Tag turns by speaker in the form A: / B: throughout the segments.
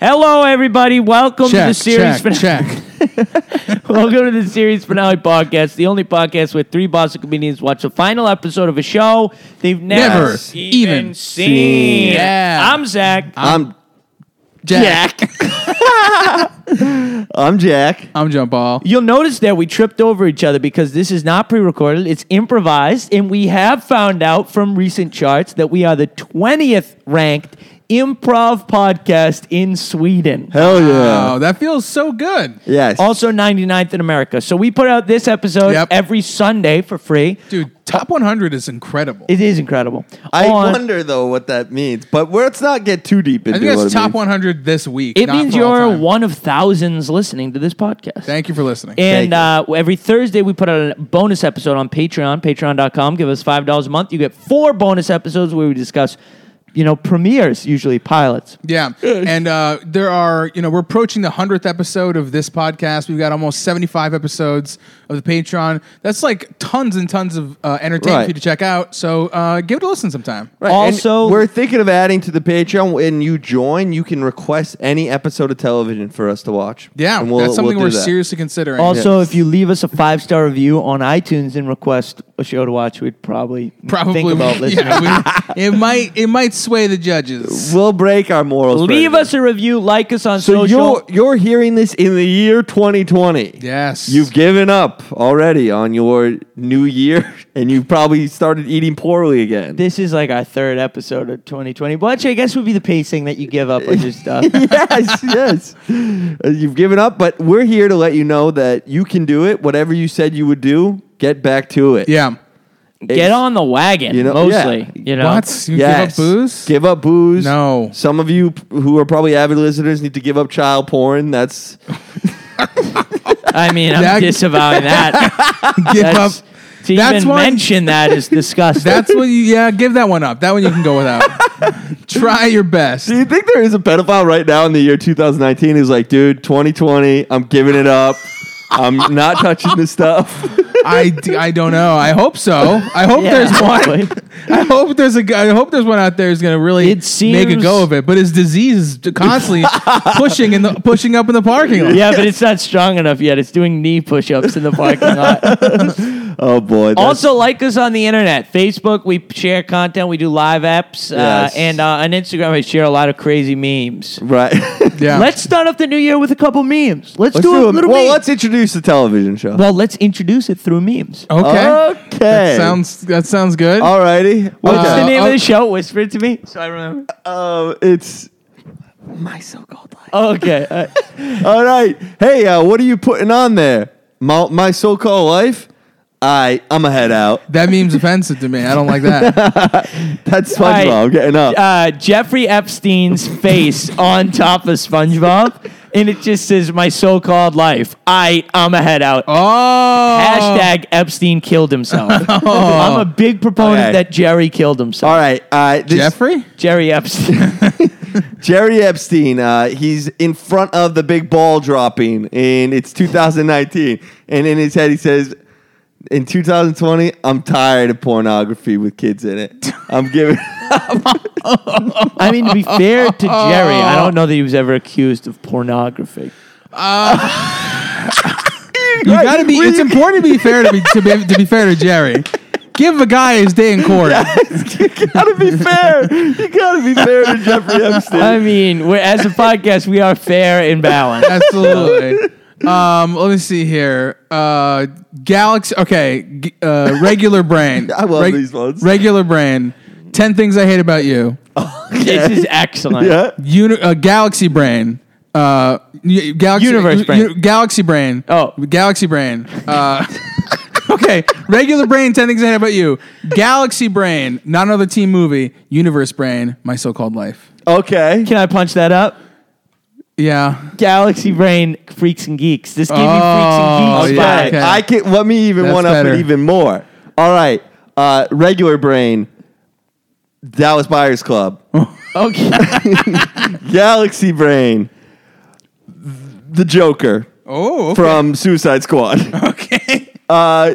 A: Hello, everybody. Welcome to the
B: Check,
A: series.
B: check,
A: finale.
B: check.
A: Welcome to the series finale podcast, the only podcast where three Boston comedians watch the final episode of a show they've never,
B: Never even
A: seen.
B: seen. Yeah.
A: I'm Zach.
C: I'm
B: Jack.
C: I'm Jack.
B: I'm jump ball.
A: You'll notice that we tripped over each other because this is not pre-recorded; it's improvised, and we have found out from recent charts that we are the twentieth ranked improv podcast in Sweden.
C: Hell yeah.
B: Wow, that feels so good.
C: Yes.
A: Also 99th in America. So we put out this episode
B: Yep.
A: every Sunday for free.
B: Dude, top 100 is incredible.
A: It is incredible.
C: I
A: On-
C: wonder though what that means, but let's not get too deep
B: I
C: into
B: think
C: what
B: that's
C: it
B: top
C: means.
B: 100 this week.
A: It
B: not
A: means
B: for all
A: you're
B: time.
A: one of thousands listening to this podcast.
B: Thank you for listening.
A: and
C: you.
A: uh, every Thursday, we put out a bonus episode on Patreon, patreon.com. Give us $5 a month. You get four bonus episodes where we discuss, you know, premieres, usually pilots.
B: yeah. And uh, there are, you know, we're approaching the 100th episode of this podcast. We've got almost 75 episodes of the Patreon. That's like tons and tons of uh, entertainment
C: Right.
B: for you to check out. So uh, give it a listen sometime.
C: Right, and
A: Also-
C: we're thinking of adding to the Patreon. When you join, you can request any episode of television for us to watch.
B: Yeah.
C: and we'll,
B: that's something
C: we'll
B: are
C: do that.
B: seriously considering.
A: Also, if you leave us a five star review on iTunes and request a show to watch, we'd probably,
B: Probably
A: think about listening.
B: yeah, we- it might it might sway the judges.
C: We'll break our morals.
A: Leave
C: Brandon.
A: us a review, like us on
C: So
A: social.
C: you're you're hearing this in the year 2020.
B: Yes.
C: You've given up already on your new year, and you've probably started eating poorly again.
A: This is like our third episode of 2020, which I guess would be the pacing that you give up on your stuff.
C: yes, yes. Uh, You've given up, but we're here to let you know that you can do it. Whatever you said you would do, get back to it.
B: Yeah.
A: Get on the wagon,
C: You know,
A: mostly.
C: yeah.
A: You know,
B: What? You
C: Yes.
B: give up booze?
C: Give up booze.
B: No.
C: Some of you p- who are probably avid listeners need to give up child porn. That's
A: I mean, I'm
B: That-
A: disavowing that.
B: give up.
A: That's, to
B: That's
A: even
B: one-
A: mention that is disgusting.
B: That's what you. Yeah, give that one up. That one you can go without. Try your best.
C: Do you think there is a pedophile right now in the year 2019 who's like, dude, 2020, I'm giving it up. I'm not touching this stuff.
B: I, d- I don't know. I hope so. I hope
A: Yeah,
B: there's one.
A: probably.
B: I hope there's a. gu- I hope there's one out there who's gonna really
A: It
B: make a
A: seems-
B: go of it. But his disease is d- constantly pushing in the pushing up in the parking lot.
A: yeah, but it's not strong enough yet. It's doing knee push-ups in the parking lot.
C: Oh, boy. that's-
A: also, like us on the internet, Facebook. We share content. We do live apps, uh,
C: Yes.
A: and uh, on Instagram, I share a lot of crazy memes.
C: Right. Let's,
B: Yeah.
A: Let's start off the new year with a couple memes. Let's, do, a little.
C: Well,
A: meme.
C: let's introduce the television show.
A: well, let's introduce it through memes.
B: okay.
C: Okay.
B: That sounds. That sounds good.
C: All righty.
A: What's
B: Uh,
A: the name of
B: uh,
A: the show? Whisper it to me, so I remember.
C: Uh, it's my so-called life.
A: Okay. uh,
C: All right. Hey, uh, what are you putting on there? My, my so-called life. I I'm a head out.
B: That meme's offensive to me. I don't like that.
C: That's
A: All right.
C: SpongeBob. I'm getting up.
A: uh, Jeffrey Epstein's face on top of SpongeBob, and it just says "My so-called life." I I'm a head out.
B: Oh.
A: Hashtag Epstein killed himself. I'm a big proponent
C: Okay.
A: that Jerry killed himself.
C: All right. Uh, this,
B: Jeffrey.
A: Jerry Epstein.
C: Jerry Epstein. Uh, he's in front of the big ball dropping, and it's 2019. And in his head, he says. In 2020, I'm tired of pornography with kids in it. I'm giving.
A: I mean, to be fair to Jerry, I
B: Oh.
A: don't know that he was ever accused of pornography.
B: You gotta be.
C: Will
B: It's
C: you-
B: important to be fair to be to be, to be fair to Jerry. Give a guy his day in court.
C: gotta be fair. You gotta be fair to Jeffrey Epstein.
A: I mean, we're, as a podcast, we are fair and balanced.
B: Absolutely. Um, let me see here. Uh, Galaxy. Okay. g- Uh, regular brain.
C: I love these ones.
B: Regular brain. Ten things I hate about you.
A: This is excellent.
C: yeah.
B: Uni- uh, galaxy brain. Uh, y- galaxy.
A: Universe
B: u-
A: brain.
B: u- galaxy brain.
A: Oh.
B: Galaxy brain. Uh, okay. Regular brain. Ten things I hate about you. Galaxy brain. Not another team movie. Universe brain. My so-called life.
C: Okay.
A: Can I punch that up?
B: Yeah.
A: Galaxy Brain Freaks and Geeks. This gave me
B: Oh,
A: Freaks and Geeks
B: yeah,
A: vibe.
B: okay.
C: I can let me even
B: That's
C: one up
B: better.
C: it even more. All right. Uh, regular brain. Dallas Buyers Club.
A: Okay.
C: Galaxy Brain. The Joker
B: Oh. okay.
C: from Suicide Squad.
B: okay.
C: Uh,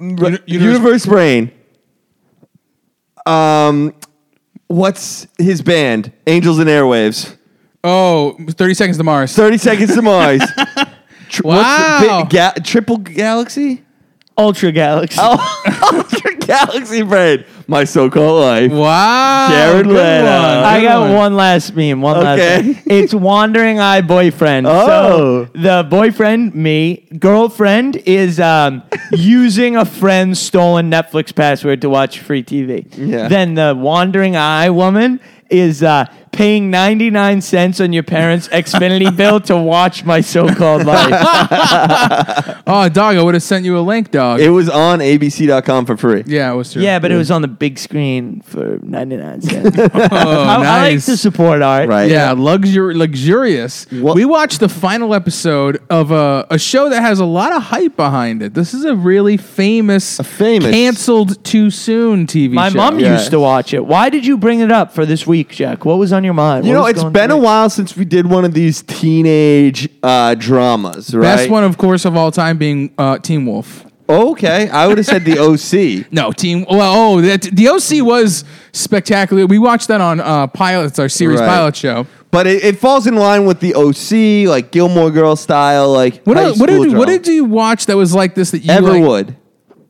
B: Uni-
C: Universe Brain. Um, what's his band? Angels and Airwaves.
B: Oh, 30 Seconds to Mars.
C: 30 Seconds to Mars. Tr- the
B: Wow.
C: ga- triple Galaxy?
A: Ultra Galaxy.
C: Oh, Ultra Galaxy Brain. My so called life.
B: Wow.
C: Jared
B: good one,
C: Leto.
B: good
A: uh, I got
B: one.
A: one last meme. One
C: Okay.
A: last. Meme. It's wandering eye boyfriend.
C: Oh.
A: So the boyfriend, me, girlfriend is um, using a friend's stolen Netflix password to watch free TV.
C: Yeah.
A: Then the wandering eye woman is uh, paying ninety nine cents on your parents' Xfinity bill to watch my so called life.
B: Oh, dog, I would have sent you a link, dog.
C: It was on abc.com for free.
B: yeah, it was true.
A: yeah, but it was on the big screen for ninety nine cents.
B: Oh,
A: I, I like
B: nice.
A: to support art.
C: Right.
B: Yeah, luxur- luxurious.
C: What-
B: We watched the final episode of a, a show that has a lot of hype behind it. This is a really famous,
C: famous-
B: canceled too soon TV
A: My
B: show.
A: mom
C: Yeah.
A: used to watch it. Why did you bring it up for this week, Jack? What was on your mind?
C: You
A: What
C: know,
A: was
C: it's
A: going
C: been a
A: through-
C: while since we did one of these teenage uh, dramas, right?
B: Best one, of course, of all time being uh, Teen Wolf.
C: Okay, I would have said the OC.
B: No, Team. Well, oh, that, the OC was spectacular. We watched that on uh, Pilot. It's our series
C: Right.
B: pilot show.
C: But it, it falls in line with the OC, like Gilmore Girl style, like
B: What,
C: high
B: el- what
C: school
B: did what
C: drama.
B: did you watch that was like this that you like-
C: Everwood?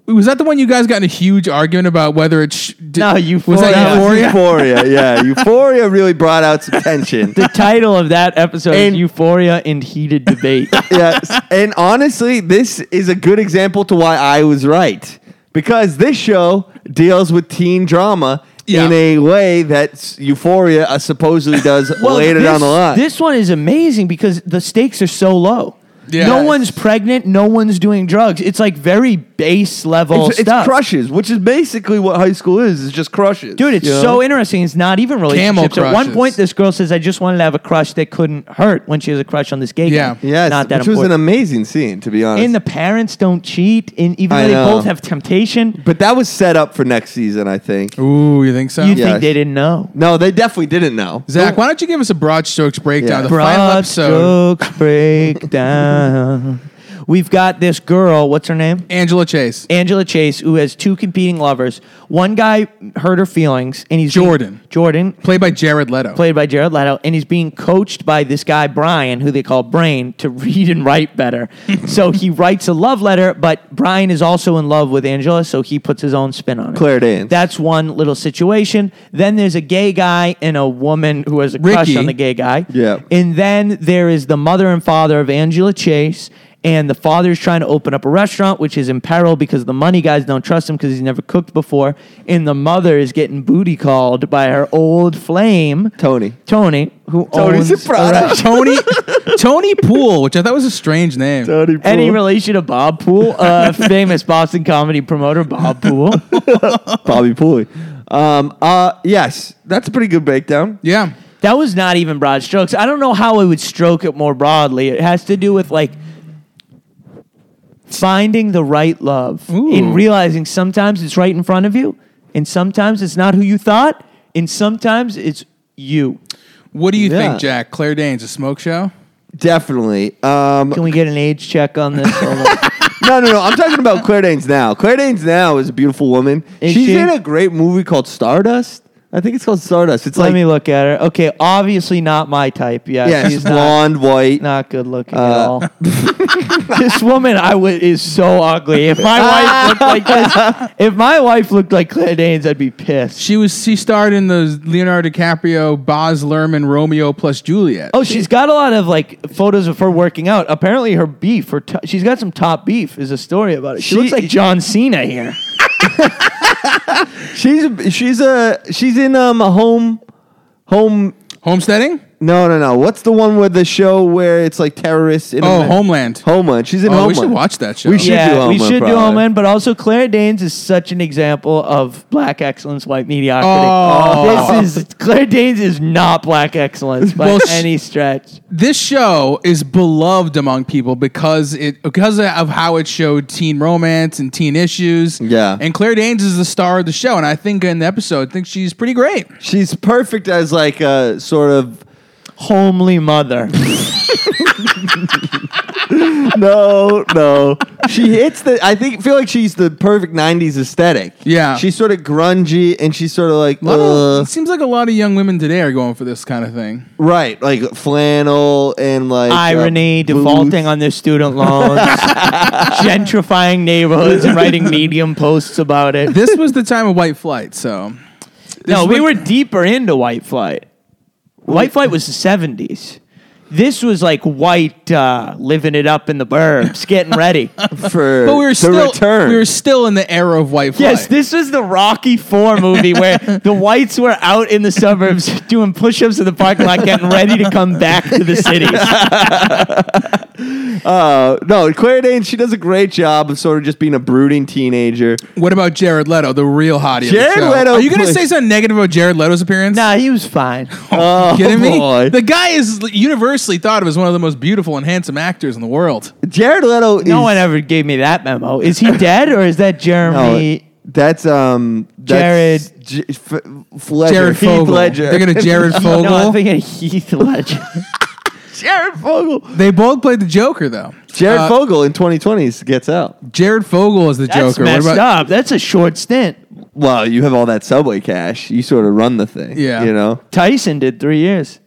B: was that the one you guys got in a huge argument about whether it sh- did,
A: No,
B: was
A: Euphoria.
B: that
A: That was
B: Euphoria?
C: Euphoria, yeah, Euphoria really brought out some tension.
A: The title of that episode
C: And-
A: is Euphoria and Heated Debate.
C: yes, and honestly, this is a good example to why I was right because this show deals with teen drama
B: Yeah.
C: in a way that Euphoria uh, supposedly does later
A: this,
C: down the line.
A: This one is amazing because the stakes are so low.
B: Yeah.
A: No
B: Yes.
A: one's pregnant. No one's doing drugs. It's like very base level
C: it's, it's
A: stuff.
C: crushes, which is basically what high school is. It's just crushes,
A: Dude, it's
C: you know?
A: so interesting. It's not even relationships. At one
B: crushes.
A: point, this girl says, "I just wanted to have a crush that couldn't hurt." When she has a crush on this gay
B: Yeah.
A: guy,
C: Yes,
A: not that
C: which
A: important.
C: was an amazing scene, to be honest.
A: and the parents don't cheat. And even
C: I
A: though they
C: know.
A: both have temptation,
C: but that was set up for next season, I think.
B: Ooh, you think so?
A: you
C: Yes.
A: think they didn't know.
C: No, they definitely didn't know.
B: Zach, why don't you give us a broad strokes breakdown? The
C: Yeah.
B: final
A: Broad
B: episode.
A: strokes break down. We've got this girl. What's her name?
B: Angela Chase.
A: Angela Chase, who has two competing lovers. One guy hurt her feelings, and he's being-
B: Jordan.
A: Jordan,
B: Played by Jared Leto.
A: played by Jared Leto, and he's being coached by this guy Brian, who they call Brain, to read and write better. so he writes a love letter, but Brian is also in love with Angela, so he puts his own spin on it.
C: Claire Danes.
A: That's one little situation. Then there's a gay guy and a woman who has a crush
B: Ricky.
A: on the gay guy.
C: Yeah.
A: And then there is the mother and father of Angela Chase. And the father is trying to open up a restaurant, which is in peril because the money guys don't trust him because he's never cooked before. And the mother is getting booty called by her old flame,
C: Tony.
A: Tony, who
C: Tony
A: owns
C: Soprano.
A: a restaurant.
B: Tony Tony Poole, which I thought was a strange name.
A: Any relation to Bob Poole, uh, famous Boston comedy promoter Bob Poole.
C: Bobby Pooley. Um, uh, yes, that's a pretty good breakdown.
B: Yeah.
A: That was not even broad strokes. I don't know how I would stroke it more broadly. It has to do with like finding the right love
B: Ooh.
A: and realizing sometimes it's right in front of you, and sometimes it's not who you thought, and sometimes it's you.
B: What do you
C: Yeah.
B: think, Jack? Claire Danes, a smoke show?
C: Definitely. Um,
A: Can we get an age check on this? Hold on.
C: no, no, no. I'm talking about Claire Danes now. Claire Danes now is a beautiful woman.
A: Is
C: She's
A: she?
C: in a great movie called Stardust. I think it's called Stardust. It's
A: Let
C: like
A: me look at her. Okay, obviously not my type. Yeah,
C: yes,
A: she's not,
C: blonde, white.
A: not good looking at
C: Uh,
A: all. this woman I would is so ugly. If my wife looked like this, if my wife looked like Claire Danes, I'd be pissed.
B: She was she starred in the Leonardo DiCaprio, Boz Lerman, Romeo plus Juliet.
A: Oh, she's got a lot of like photos of her working out. Apparently, her beef, her t- she's got some top beef. Is a story about it. She,
C: She-
A: looks like John Cena here.
C: She's a, she's a she's in um a home home.
B: Homesteading?
C: No, no, no. What's the one with the show where it's like terrorists? In
B: Oh,
C: Amer-
B: Homeland.
C: Homeland. She's in
B: Oh, we
C: Homeland.
B: should watch that show.
C: We should do
A: yeah, we
C: Homeland.
A: should do
C: probably.
A: Homeland, but also Claire Danes is such an example of black excellence, white mediocrity.
B: Oh.
A: This is Claire Danes is not black excellence by
B: Well, sh-
A: any stretch.
B: this show is beloved among people because it because of how it showed teen romance and teen issues.
C: Yeah.
B: And Claire Danes is the star of the show, and I think in the episode, I think she's pretty great.
C: She's perfect as like a sort of
A: Homely mother.
C: no, no. she hits the. I think feel like she's the perfect '90s aesthetic.
B: Yeah.
C: she's sort of grungy and she's sort of like
B: A lot of-
C: uh,
B: it seems like a lot of young women today are going for this kind of thing.
C: right, like flannel and like uh,
A: Irony,
C: boots.
A: defaulting on their student loans, gentrifying neighborhoods, and writing medium posts about it.
B: This was the time of white flight, so
A: no,
B: is
A: we
B: what-
A: were deeper into white flight. White flight was the seventies. This was like white uh, living it up in the burbs, getting ready.
C: for
B: but we were
C: the
B: still
C: return.
B: we were still in the era of white flight.
A: yes, this was the Rocky Four movie where the whites were out in the suburbs doing push-ups in the parking lot, getting ready to come back to the cities.
C: uh, no, Claire Danes. She does a great job of sort of just being a brooding teenager.
B: What about Jared Leto, the real hottie? of
C: Jared
B: the show?
C: Leto
B: Are you gonna
C: plays-
B: say something negative about Jared Leto's appearance?
A: nah, he was fine.
C: Oh,
B: kidding me?
C: boy.
B: The guy is universally thought of as one of the most beautiful and handsome actors in the world.
C: Jared Leto.
A: No
C: is,
A: one ever gave me that memo. Is he dead or is that
C: No,
A: Jeremy?
C: that's um that's
A: Jared-
C: J- F- Fledger.
B: Jared
C: Heath
B: Fogle.
C: Ledger.
B: They're gonna Jared Fogle.
A: No, I'm thinking Heath Ledger.
C: Jared Fogle.
B: They both played the Joker though.
C: Jared
B: Uh,
C: Fogle in 2020s gets out.
B: Jared Fogle is the
A: That's
B: Joker. What
A: messed
B: about-
A: up. That's a short stint.
C: Well, you have all that subway cash. You sort of run the thing.
B: Yeah.
C: You know,
A: Tyson did three years.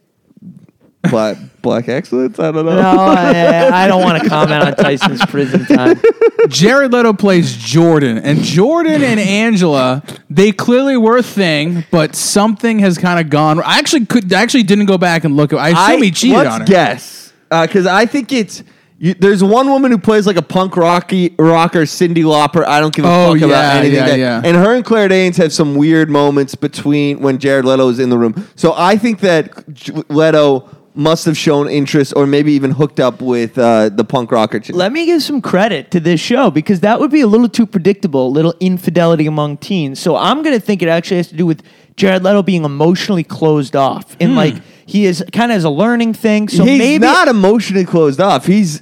C: black black excellence. I don't know.
A: No, I, I don't want to comment on Tyson's prison time.
B: Jared Leto plays Jordan, and Jordan and Angela, they clearly were a thing, but something has kind of gone. I actually could, I actually didn't go back and look. I assume he cheated
C: let's
B: on her.
C: guess, because I think it's. You, there's one woman who plays like a punk rocky rocker, Cindy Lauper. I don't give a
B: Oh,
C: fuck
B: yeah,
C: about anything.
B: yeah,
C: that-
B: yeah.
C: And her and Claire Danes have some weird moments between when Jared Leto is in the room. So I think that J- Leto must have shown interest, or maybe even hooked up with uh, the punk rocker. chick.
A: Let me give some credit to this show because that would be a little too predictable, a little infidelity among teens. So I'm going to think it actually has to do with Jared Leto being emotionally closed off. And like, he is kind of has a learning thing. So
C: he's
A: maybe.
C: not emotionally closed off. He's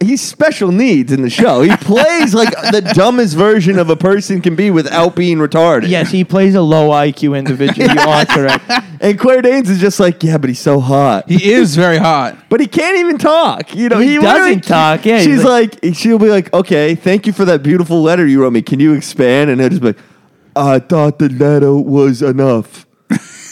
C: he's special needs in the show. He plays like the dumbest version of a person can be without being retarded.
A: yes, he plays a low IQ individual. You are correct.
C: And Claire Danes is just like, yeah, but he's so hot.
B: He is very hot.
C: But he can't even talk. You know,
A: He
C: he, literally-
A: doesn't talk, yeah, he's
C: she's like, she'll be like, okay, thank you for that beautiful letter you wrote me. Can you expand? And he'll just be like, I thought the letter was enough.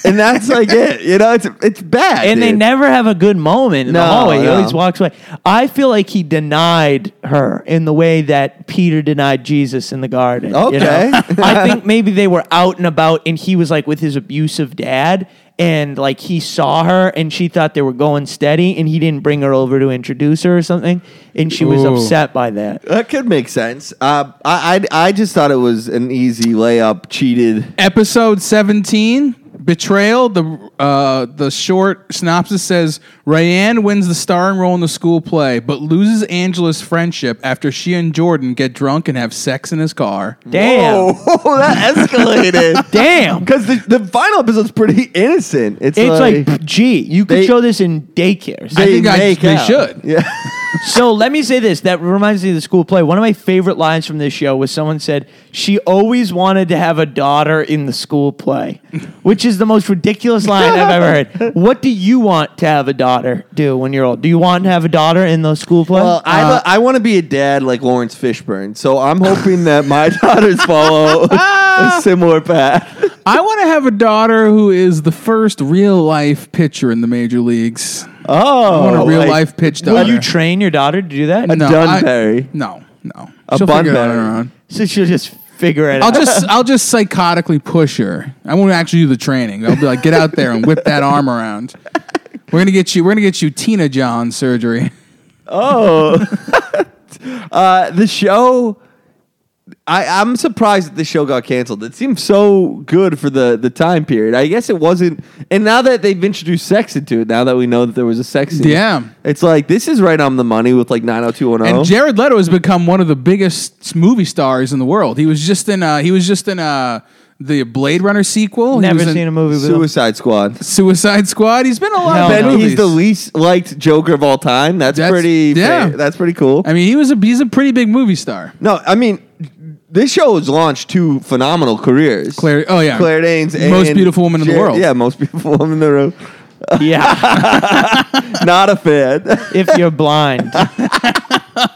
C: and that's like it. You know, it's it's bad.
A: and they
C: dude.
A: never have a good moment in the
C: No,
A: hallway. He
C: no.
A: always walks away. I feel like he denied her in the way that Peter denied Jesus in the garden. you know?
C: Okay.
A: I think maybe they were out and about, and he was like with his abusive dad, and like he saw her, and she thought they were going steady, and he didn't bring her over to introduce her or something, and she was
B: Ooh.
A: upset by that.
C: That could make sense. Uh, I, I I just thought it was an easy layup. Cheated.
B: Episode seventeen, betrayal. The uh, the short synopsis says Rayanne wins the starring role in the school play, but loses Angela's friendship after she and Jordan get drunk and have sex in his car.
A: Damn.
C: Whoa, that escalated.
A: Damn.
C: Because the, the final episode's pretty innocent. It's,
A: It's
C: like,
A: like, gee, you could
C: they-
A: show this in daycares.
B: I think I,
C: make
B: they
C: out.
B: should.
C: Yeah.
A: So let me say this. That reminds me of the school play. One of my favorite lines from this show was someone said, She always wanted to have a daughter in the school play, which is the most ridiculous line I've ever heard. What do you want to have a daughter do when you're old? Do you want to have a daughter in those school plays?
C: Well, I, I want to be a dad like Lawrence Fishburne, so I'm hoping that my daughters follow a similar path.
B: I want to have a daughter who is the first real life pitcher in the major leagues.
C: Oh,
B: I want a real life pitch
A: Will
B: daughter.
A: you train your daughter to do that?
B: no,
C: Dunberry.
B: I- no, no.
C: A
B: She'll figure it out on
C: Bunberry.
B: her own.
A: So she'll just figure it
B: I'll
A: out.
B: just I'll just psychotically push her. I won't actually do the training. I'll be like, get out there and whip that arm around. We're gonna get you. We're gonna get you Tina John surgery.
C: Uh, the show. I, I'm surprised that the show got canceled. It seemed so good for the, the time period. I guess it wasn't. And now that they've introduced sex into it, now that we know that there was a sex scene,
B: Yeah.
C: it's like this is right on the money with like 90210.
B: And Jared Leto has become one of the biggest movie stars in the world. He was just in. Uh, he was just in uh, the Blade Runner sequel.
A: Never
B: he was in
A: seen a movie with him.
C: Suicide Squad.
B: Suicide Squad. He's been in a lot
A: Hell
B: of bad
A: no.
C: Ben,
B: movies.
C: he's the least liked Joker of all time. That's,
B: That's-
C: pretty.
B: yeah.
C: Yeah, that's pretty cool.
B: I mean, he was a he's a pretty big movie star.
C: No, I mean, this show has launched two phenomenal careers.
B: Claire, oh yeah,
C: Claire Danes, and
B: Most beautiful woman in the
C: Jer-
B: world.
C: Yeah, most beautiful woman in the room.
A: yeah,
C: Not a fan.
A: if you're blind.
B: So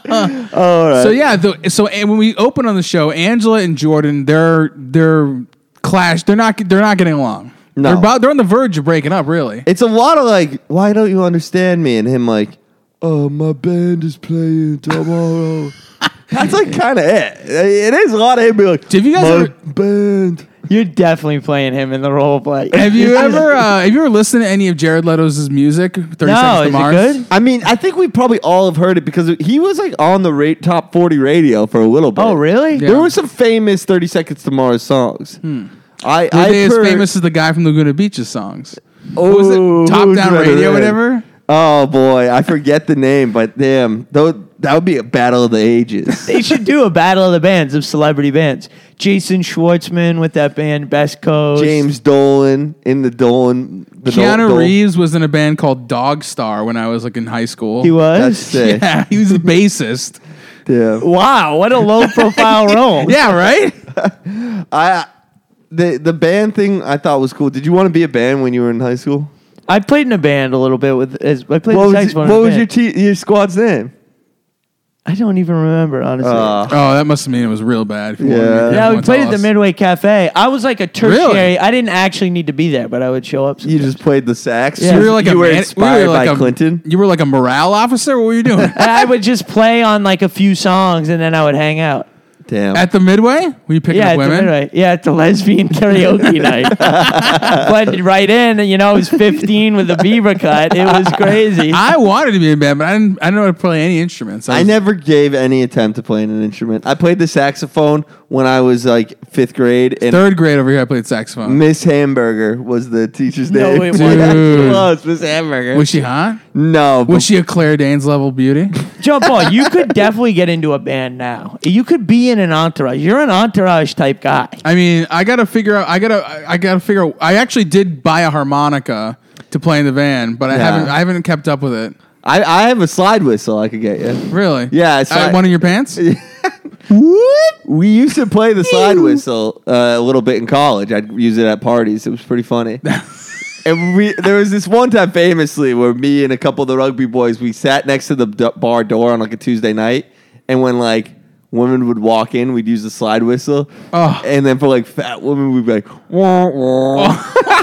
C: Uh,
B: yeah, the, so and when we open on the show, Angela and Jordan, they're they're clash. They're not they're not getting along.
C: No.
B: They're about they're on the verge of breaking up. Really,
C: It's a lot of like, why don't you understand me? And him like, oh, my band is playing tomorrow. That's like kind of it. It is a lot of him being like,
B: Have you guys
C: my
B: ever-
C: band?
A: You're definitely playing him in the role play.
B: have you ever uh, have you ever listened to any of Jared Leto's music? Thirty
A: No,
B: Seconds
A: is
B: to
A: it
B: Mars.
A: good?
C: I mean, I think we probably all have heard it because he was like on the ra- top 40 radio for a little bit.
A: Oh, really?
B: Yeah.
C: There were some famous 30 Seconds to Mars songs. I,
B: Are
C: I've
B: they as
C: heard-
B: famous as the guy from Laguna Beach's songs?
C: Oh,
B: What was it? Top
C: who's
B: Down
C: better
B: Radio,
C: than-
B: whatever.
C: Oh boy, I forget the name, but damn, though that would be a battle of the ages.
A: they should do a battle of the bands of celebrity bands. Jason Schwartzman with that band Best Coast.
C: James Dolan in the Dolan. The Dol-
B: Keanu
C: Dol-
B: Reeves was in a band called Dog Star when I was like in high school.
A: He was.
C: That's sick.
B: Yeah, he was the bassist.
C: Yeah.
A: Wow, what a low profile role.
B: Yeah, right.
C: I the the band thing I thought was cool. Did you want to be a band when you were in high school?
A: I played in a band a little bit with. As, I played
C: What
A: the
C: was,
A: saxophone.
C: what
A: in a
C: was
A: band.
C: your te- your squad's name?
A: I don't even remember honestly.
C: Uh,
B: Oh, that must mean it was real bad. if you wanted to
C: Yeah.
B: make
A: yeah, we
B: everyone
A: played
B: tell
A: at the
B: us.
A: Midway Cafe. I was like a tertiary.
B: Really?
A: I didn't actually need to be there, but I would show up.
C: you just played the sax.
A: Yeah.
B: You were like a man- we were
C: inspired
B: like
C: by
B: a-
C: Clinton.
B: You were like a morale officer. What were you doing
A: and I would just play on like a few songs, and then I would hang out.
C: Damn.
B: at the Midway? Were you picking
A: Yeah,
B: up
A: at the
B: women?
A: midway. yeah, at the lesbian karaoke night. but right in, you know, I was 15 with a beaver cut. It was crazy.
B: I wanted to be in band, but I didn't. I didn't know how to play any instruments.
C: I
B: was-
C: never gave any attempt to playing an instrument. I played the saxophone when I was like fifth grade, and
B: Third grade over here, I played saxophone.
C: Miss Hamburger was the teacher's
A: No,
C: name.
A: it
C: Yeah,
B: wasn't.
C: close, Miss Hamburger.
B: Was she hot?
C: no, but
B: Was she a Claire Danes level beauty?
A: John Paul, you could definitely get into a band now. You could be in an entourage. You're an entourage type guy.
B: I mean, I gotta figure out. I gotta. I I gotta figure. out. I actually did buy a harmonica to play in the van, but I
C: Yeah.
B: haven't. I haven't kept up with it.
C: I, I have a slide whistle I could get you.
B: Really?
C: Yeah, it's
B: I,
C: like-
B: one in your pants.
C: What? We used to play the slide whistle uh, a little bit in college. I'd use it at parties. It was pretty funny. and we there was this one time famously where me and a couple of the rugby boys we sat next to the d- bar door on like a Tuesday night, and when like women would walk in, we'd use the slide whistle,
B: Oh.
C: and then for like fat women, we'd be like, wah, wah.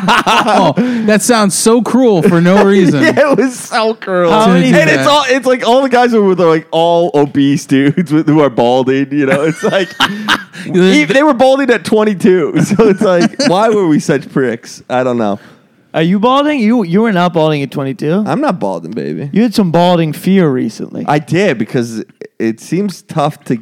B: oh, that sounds so cruel for no reason.
C: Yeah, it was so cruel.
A: How
B: many-
C: and
B: Yeah.
C: it's all it's like all the guys who were like all obese dudes with, who are balding, you know. It's like e- they were balding at 22. So it's like why were we such pricks? I don't know.
A: Are you balding? You you were not balding at 22.
C: I'm not balding, baby.
A: You had some balding fear recently.
C: I did because it seems tough to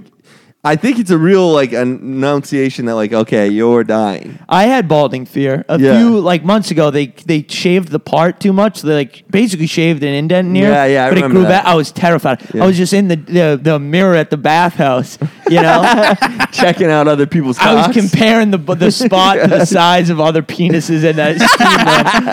C: I think it's a real like enunciation that like okay, you're dying.
A: I had balding fear a
C: Yeah.
A: few like months ago. They they shaved the part too much. They like basically shaved an indent near.
C: Yeah, yeah, I
A: but it
C: remember
A: grew
C: that.
A: back. I was terrified.
C: Yeah.
A: I was just in the, the the mirror at the bathhouse. You know,
C: Checking out other people's
A: I was
C: cocks.
A: comparing the the spot to the size of other penises in that steam lamp.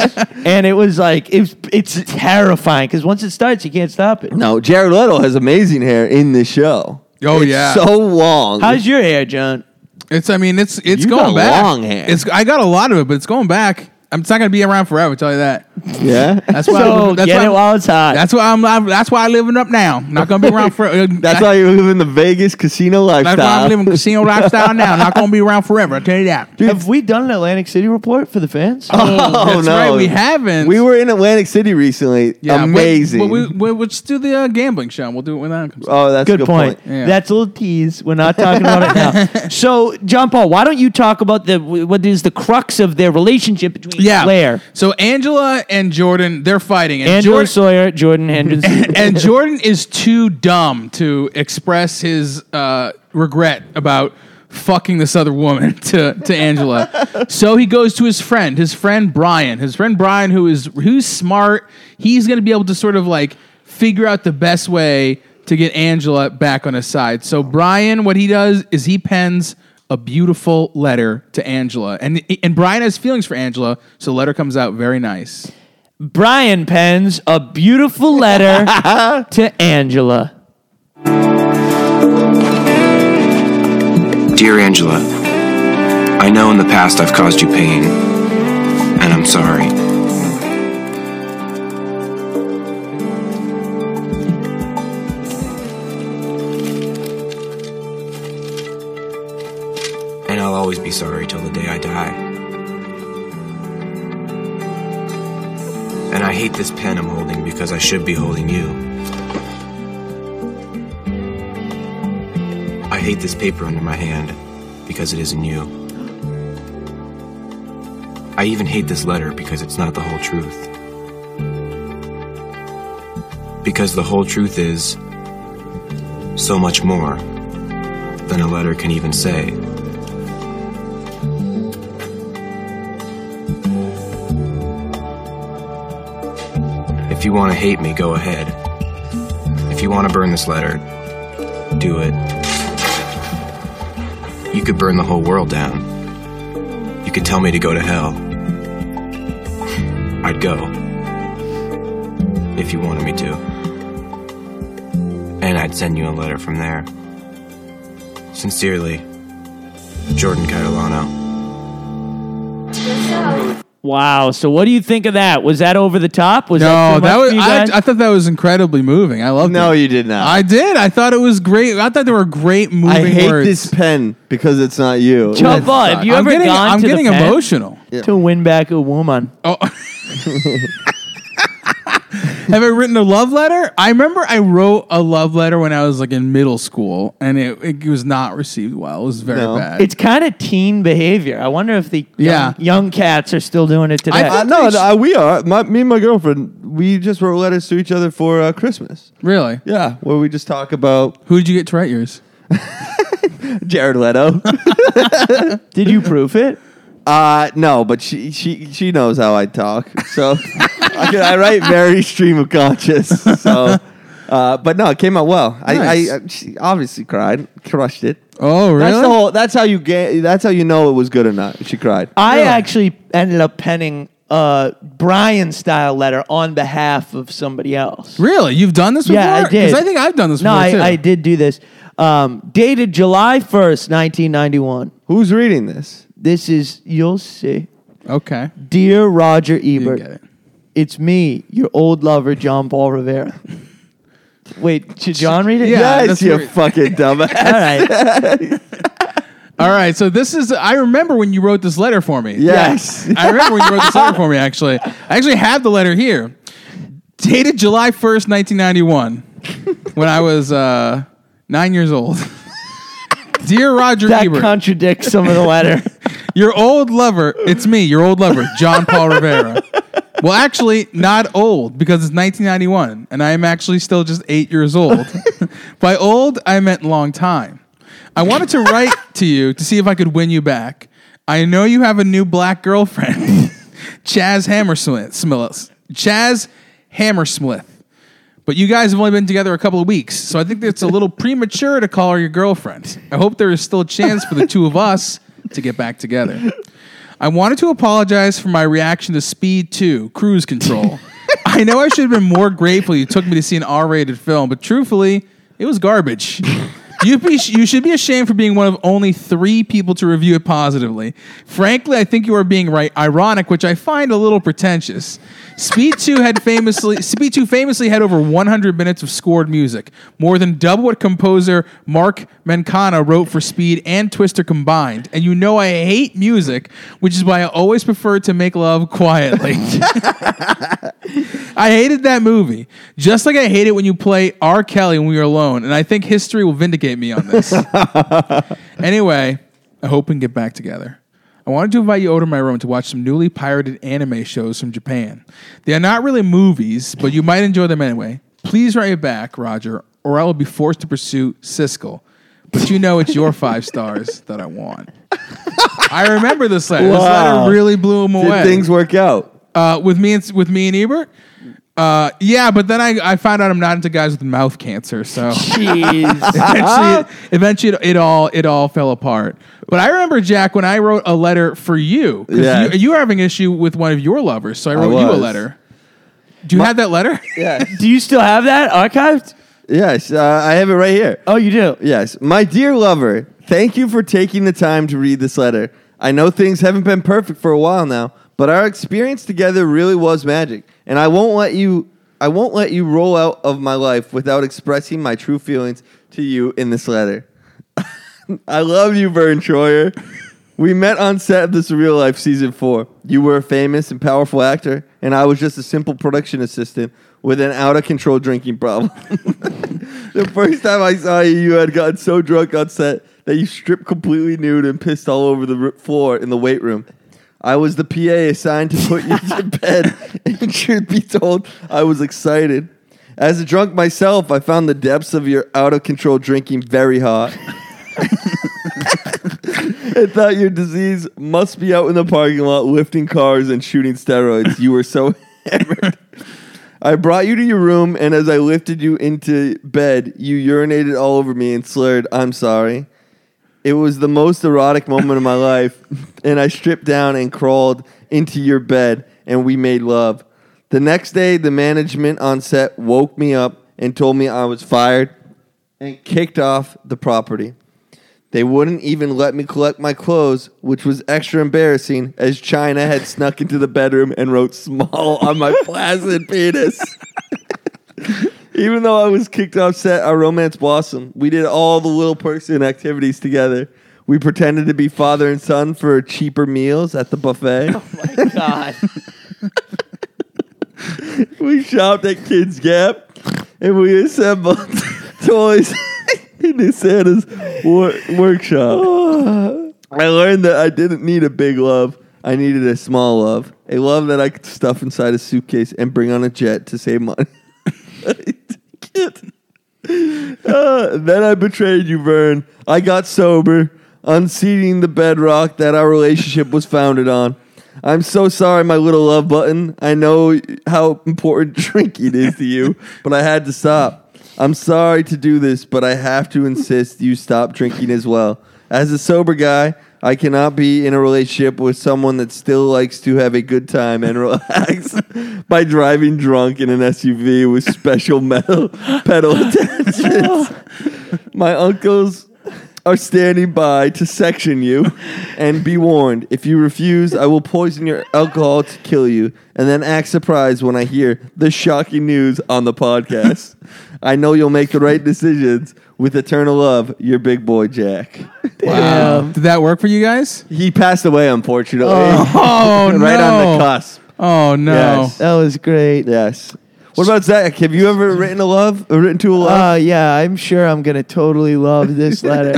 A: and it was like it's it's terrifying because once it starts, you can't stop it.
C: No, Jared Leto has amazing hair in this show.
B: Oh,
C: It's
B: yeah.
C: So long.
A: How's your hair, John?
B: It's. I mean, it's. It's
C: You
B: going
C: got
B: back.
C: long hair.
B: It's. I got a lot of it, but it's going back. I'm, it's not gonna be around forever. Tell you that.
C: yeah.
B: That's why.
A: So
B: that's
A: get
B: why
A: it while it's hot.
B: that's why I'm. I'm- That's why I'm living up now. Not gonna be around forever.
C: That's why you live in the Vegas casino lifestyle.
B: That's why I'm living casino lifestyle now. Not gonna be around forever. I tell you that.
A: Have we done an Atlantic City report for the fans?
C: Oh,
B: That's
C: no.
B: right. We haven't.
C: We were in Atlantic City recently.
B: Yeah,
C: Amazing.
B: But, but we, we, let's do the uh, gambling show. We'll do it when that comes.
C: oh, that's
A: good, point.
B: Yeah.
A: That's a little tease. We're not talking about it now. So, John Paul, why don't you talk about the what is the crux of their relationship between
B: yeah.
A: Claire,
B: So Angela and Jordan, they're fighting, and
A: Andrew
B: Jordan.
A: Sawyer, Jordan Henderson?
B: and Jordan is too dumb to express his uh, regret about fucking this other woman to, to Angela. so he goes to his friend, his friend Brian, his friend Brian, who is who's smart. He's going to be able to sort of like figure out the best way to get Angela back on his side. So Brian, what he does is he pens a beautiful letter to Angela, and and Brian has feelings for Angela, so the letter comes out very nice.
A: Brian pens a beautiful letter to Angela.
D: Dear Angela, I know in the past I've caused you pain, and I'm sorry. And I hate this pen I'm holding because I should be holding you. I hate this paper under my hand because it isn't you. I even hate this letter because it's not the whole truth. Because the whole truth is so much more than a letter can even say. If you want to hate me, go ahead. If you want to burn this letter, do it. You could burn the whole world down. You could tell me to go to hell. I'd go. If you wanted me to. And I'd send you a letter from there. Sincerely, Jordan Catalano.
A: Wow. So what do you think of that? Was that over the top? Was that
B: No,
A: too much
B: that was.
A: for you guys?
B: I, I thought that was incredibly moving. I loved
C: No,
B: it.
C: you did not.
B: I did. I thought it was great. I thought there were great moving
C: I hate
B: words.
C: this pen because it's not you.
A: Chubb, have you
B: I'm
A: ever
B: getting,
A: gone
B: I'm
A: to
B: getting
A: the pen
B: emotional.
A: to win back a woman?
B: Oh. Have I written a love letter? I remember I wrote a love letter when I was like in middle school, and it, it was not received well. It was very
C: No.
B: bad.
A: It's kind of teen behavior. I wonder if the
B: Yeah.
A: young, young cats are still doing it today.
C: Uh,
B: thought-
C: no, no, uh, we are. My, me and my girlfriend, we just wrote letters to each other for uh, Christmas.
B: really?
C: Yeah, where we just talk about
B: Who did you get to write yours?
C: Jared Leto.
A: Did you proof it?
C: uh, no, but she she she knows how I talk, so I, can, I write very stream of conscious. So, uh, but no, it came out well.
B: Nice.
C: I, I she obviously cried, crushed it.
B: Oh, really?
C: That's the whole. That's how you get. That's how you know it was good or not. She cried.
A: I
B: Really?
A: actually ended up penning a Brian style letter on behalf of somebody else.
B: really? You've done this before?
A: Yeah, I did.
B: 'Cause I think I've done this
A: No,
B: before
A: I,
B: too.
A: I did do this. Um, dated July 1st, 1991.
C: Who's reading this?
A: This is, you'll see.
B: Okay,
A: Dear Roger
B: you
A: Ebert,
B: get it.
A: it's me, your old lover, John Paul Rivera. Wait, should John read it?
B: Yeah.
C: yes,
B: that's
C: you
B: right.
C: fucking dumbass.
A: All right.
B: All right. So this is. I remember when you wrote this letter for me.
C: Yes.
B: I remember when you wrote this letter for me. Actually, I actually have the letter here, dated July first, nineteen ninety one, when I was uh, nine years old. Dear Roger
A: That
B: Ebert,
A: contradicts some of the letter.
B: your old lover, it's me, your old lover, John Paul Rivera. Well, actually, not old because it's 1991 and I am actually still just eight years old. By old, I meant long time. I wanted to write to you to see if I could win you back. I know you have a new black girlfriend, Chaz Hammersmith. Smith- Chaz Hammersmith. But you guys have only been together a couple of weeks, so I think it's a little premature to call her your girlfriend. I hope there is still a chance for the two of us to get back together. I wanted to apologize for my reaction to Speed 2, Cruise Control. I know I should have been more grateful you took me to see an R rated film, but truthfully, it was garbage. You, be, you should be ashamed for being one of only three people to review it positively. Frankly, I think you are being right, ironic, which I find a little pretentious. Speed 2 had famously Speed 2 famously had over 100 minutes of scored music, more than double what composer Mark Mencana wrote for Speed and Twister combined. And you know I hate music, which is why I always prefer to make love quietly. I hated that movie, just like I hate it when you play R. Kelly when we were alone. And I think history will vindicate me on this. Anyway, I hope we can get back together. I wanted to invite you over to my room to watch some newly pirated anime shows from Japan. They are not really movies, but you might enjoy them anyway. Please write me back, Roger, or I will be forced to pursue Siskel. But you know it's your five stars that I want. I remember this letter. This
C: Wow.
B: letter really blew him away.
C: Did things work out?
B: uh, with me and with me and Ebert. Uh, yeah, but then I, I found out I'm not into guys with mouth cancer, so
A: Jeez.
B: eventually, eventually it, it all it all fell apart. But I remember Jack when I wrote a letter for you. 'cause
C: Yeah.
B: you, you were having an issue with one of your lovers, so I wrote you a
C: was.
B: letter. Do you have that letter?
C: Yes.
A: Do you still have that archived?
C: Yes, uh, I have it right here.
A: Oh, you do?
C: Yes. My dear lover, thank you for taking the time to read this letter. I know things haven't been perfect for a while now, but our experience together really was magic, and I won't let you I won't let you roll out of my life without expressing my true feelings to you in this letter. I love you, Vern Troyer. We met on set of the Surreal Life season four. You were a famous and powerful actor, and I was just a simple production assistant with an out of control drinking problem. the first time I saw you, you had gotten so drunk on set that you stripped completely nude and pissed all over the r- floor in the weight room. I was the PA assigned to put you to bed, and truth be told, I was excited. As a drunk myself, I found the depths of your out of control drinking very hot. I thought your disease must be out in the parking lot lifting cars and shooting steroids. You were so hammered. I brought you to your room, and as I lifted you into bed, you urinated all over me and slurred, I'm sorry. It was the most erotic moment of my life, and I stripped down and crawled into your bed, and we made love. The next day, the management on set woke me up and told me I was fired and kicked off the property. They wouldn't even let me collect my clothes, which was extra embarrassing as China had snuck into the bedroom and wrote small on my placid penis. even though I was kicked off set, our romance blossomed. We did all the little person activities together. We pretended to be father and son for cheaper meals at the buffet.
A: Oh, God.
C: we shopped at Kids Gap and we assembled toys in the Santa's wor- workshop. I learned that I didn't need a big love. I needed a small love, a love that I could stuff inside a suitcase and bring on a jet to save money. Uh, then I betrayed you, Vern. I got sober, unseating the bedrock that our relationship was founded on. I'm so sorry, my little love button. I know how important drinking is to you, but I had to stop. I'm sorry to do this, but I have to insist you stop drinking as well. As a sober guy, I cannot be in a relationship with someone that still likes to have a good time and relax by driving drunk in an SUV with special metal pedal attachments. My uncles are standing by to section you and be warned if you refuse i will poison your alcohol to kill you and then act surprised when i hear the shocking news on the podcast i know you'll make the right decisions with eternal love your big boy jack
B: Wow. Did that work for you guys?
C: he passed away unfortunately
B: Oh no!
C: right on the cusp
B: Oh no!
C: Yes.
A: That was great.
C: yes what about zach have you ever written a love or written to a love
A: Uh, yeah, I'm sure I'm going to totally love this letter.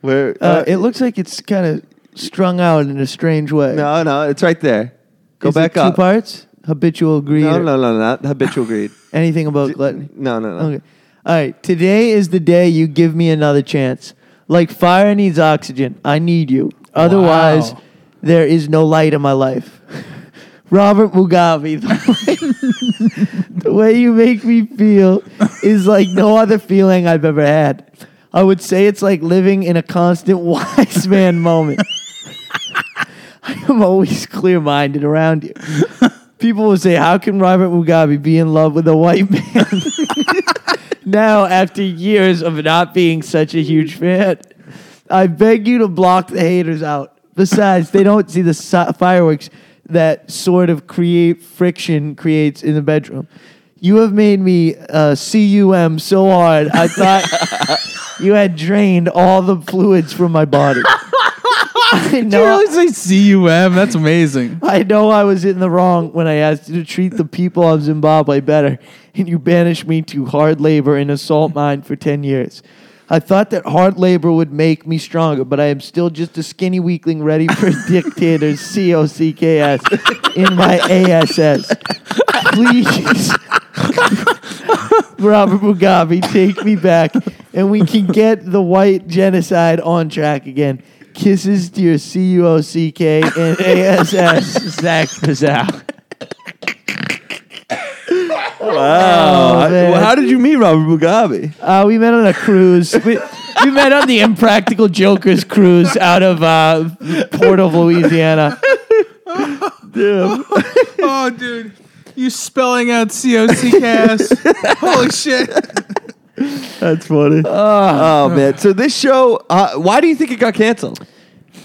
C: where
A: Uh, it looks like it's kind of strung out in a strange way.
C: no no it's right there go
A: Is it
C: back
A: two
C: up
A: parts? Habitual greed.
C: no
A: or
C: no no not habitual greed
A: Anything about gluttony.
C: no no no
A: Okay. All right. Today is the day you give me another chance. Like fire needs oxygen, I need you. Otherwise,
B: Wow.
A: there is no light in my life. Robert Mugabe, the way, the way you make me feel is like no other feeling I've ever had. I would say it's like living in a constant wise man moment. I am always clear minded around you. People would say, How can Robert Mugabe be in love with a white man? now after years of not being such a huge fan. I beg you to block the haters out. Besides, they don't see the si- fireworks that sort of create friction creates in the bedroom. You have made me uh, cum so hard. I thought you had drained all the fluids from my body. I
B: Did you
A: know.
B: really say cum? That's amazing.
A: I know I was in the wrong when I asked you to treat the people of Zimbabwe better, and you banished me to hard labor in a salt mine for 10 years. I thought that hard labor would make me stronger, but I am still just a skinny weakling ready for dictators, C O C K S, in my ASS. Please, Robert Mugabe, take me back, and we can get the white genocide on track again. Kisses to your C U O C K and ASS, Zach Pizzow.
C: Wow.
A: Oh,
C: I-
A: man.
C: well, how did you meet Robert Mugabe?
A: Uh, we met on a cruise. We, we met on the Impractical Jokers cruise out of uh, Port of Louisiana.
B: Oh, dude. You spelling out COCKS. Holy shit.
C: That's funny. oh,
A: uh.
C: man. So this show, uh, why do you think it got canceled?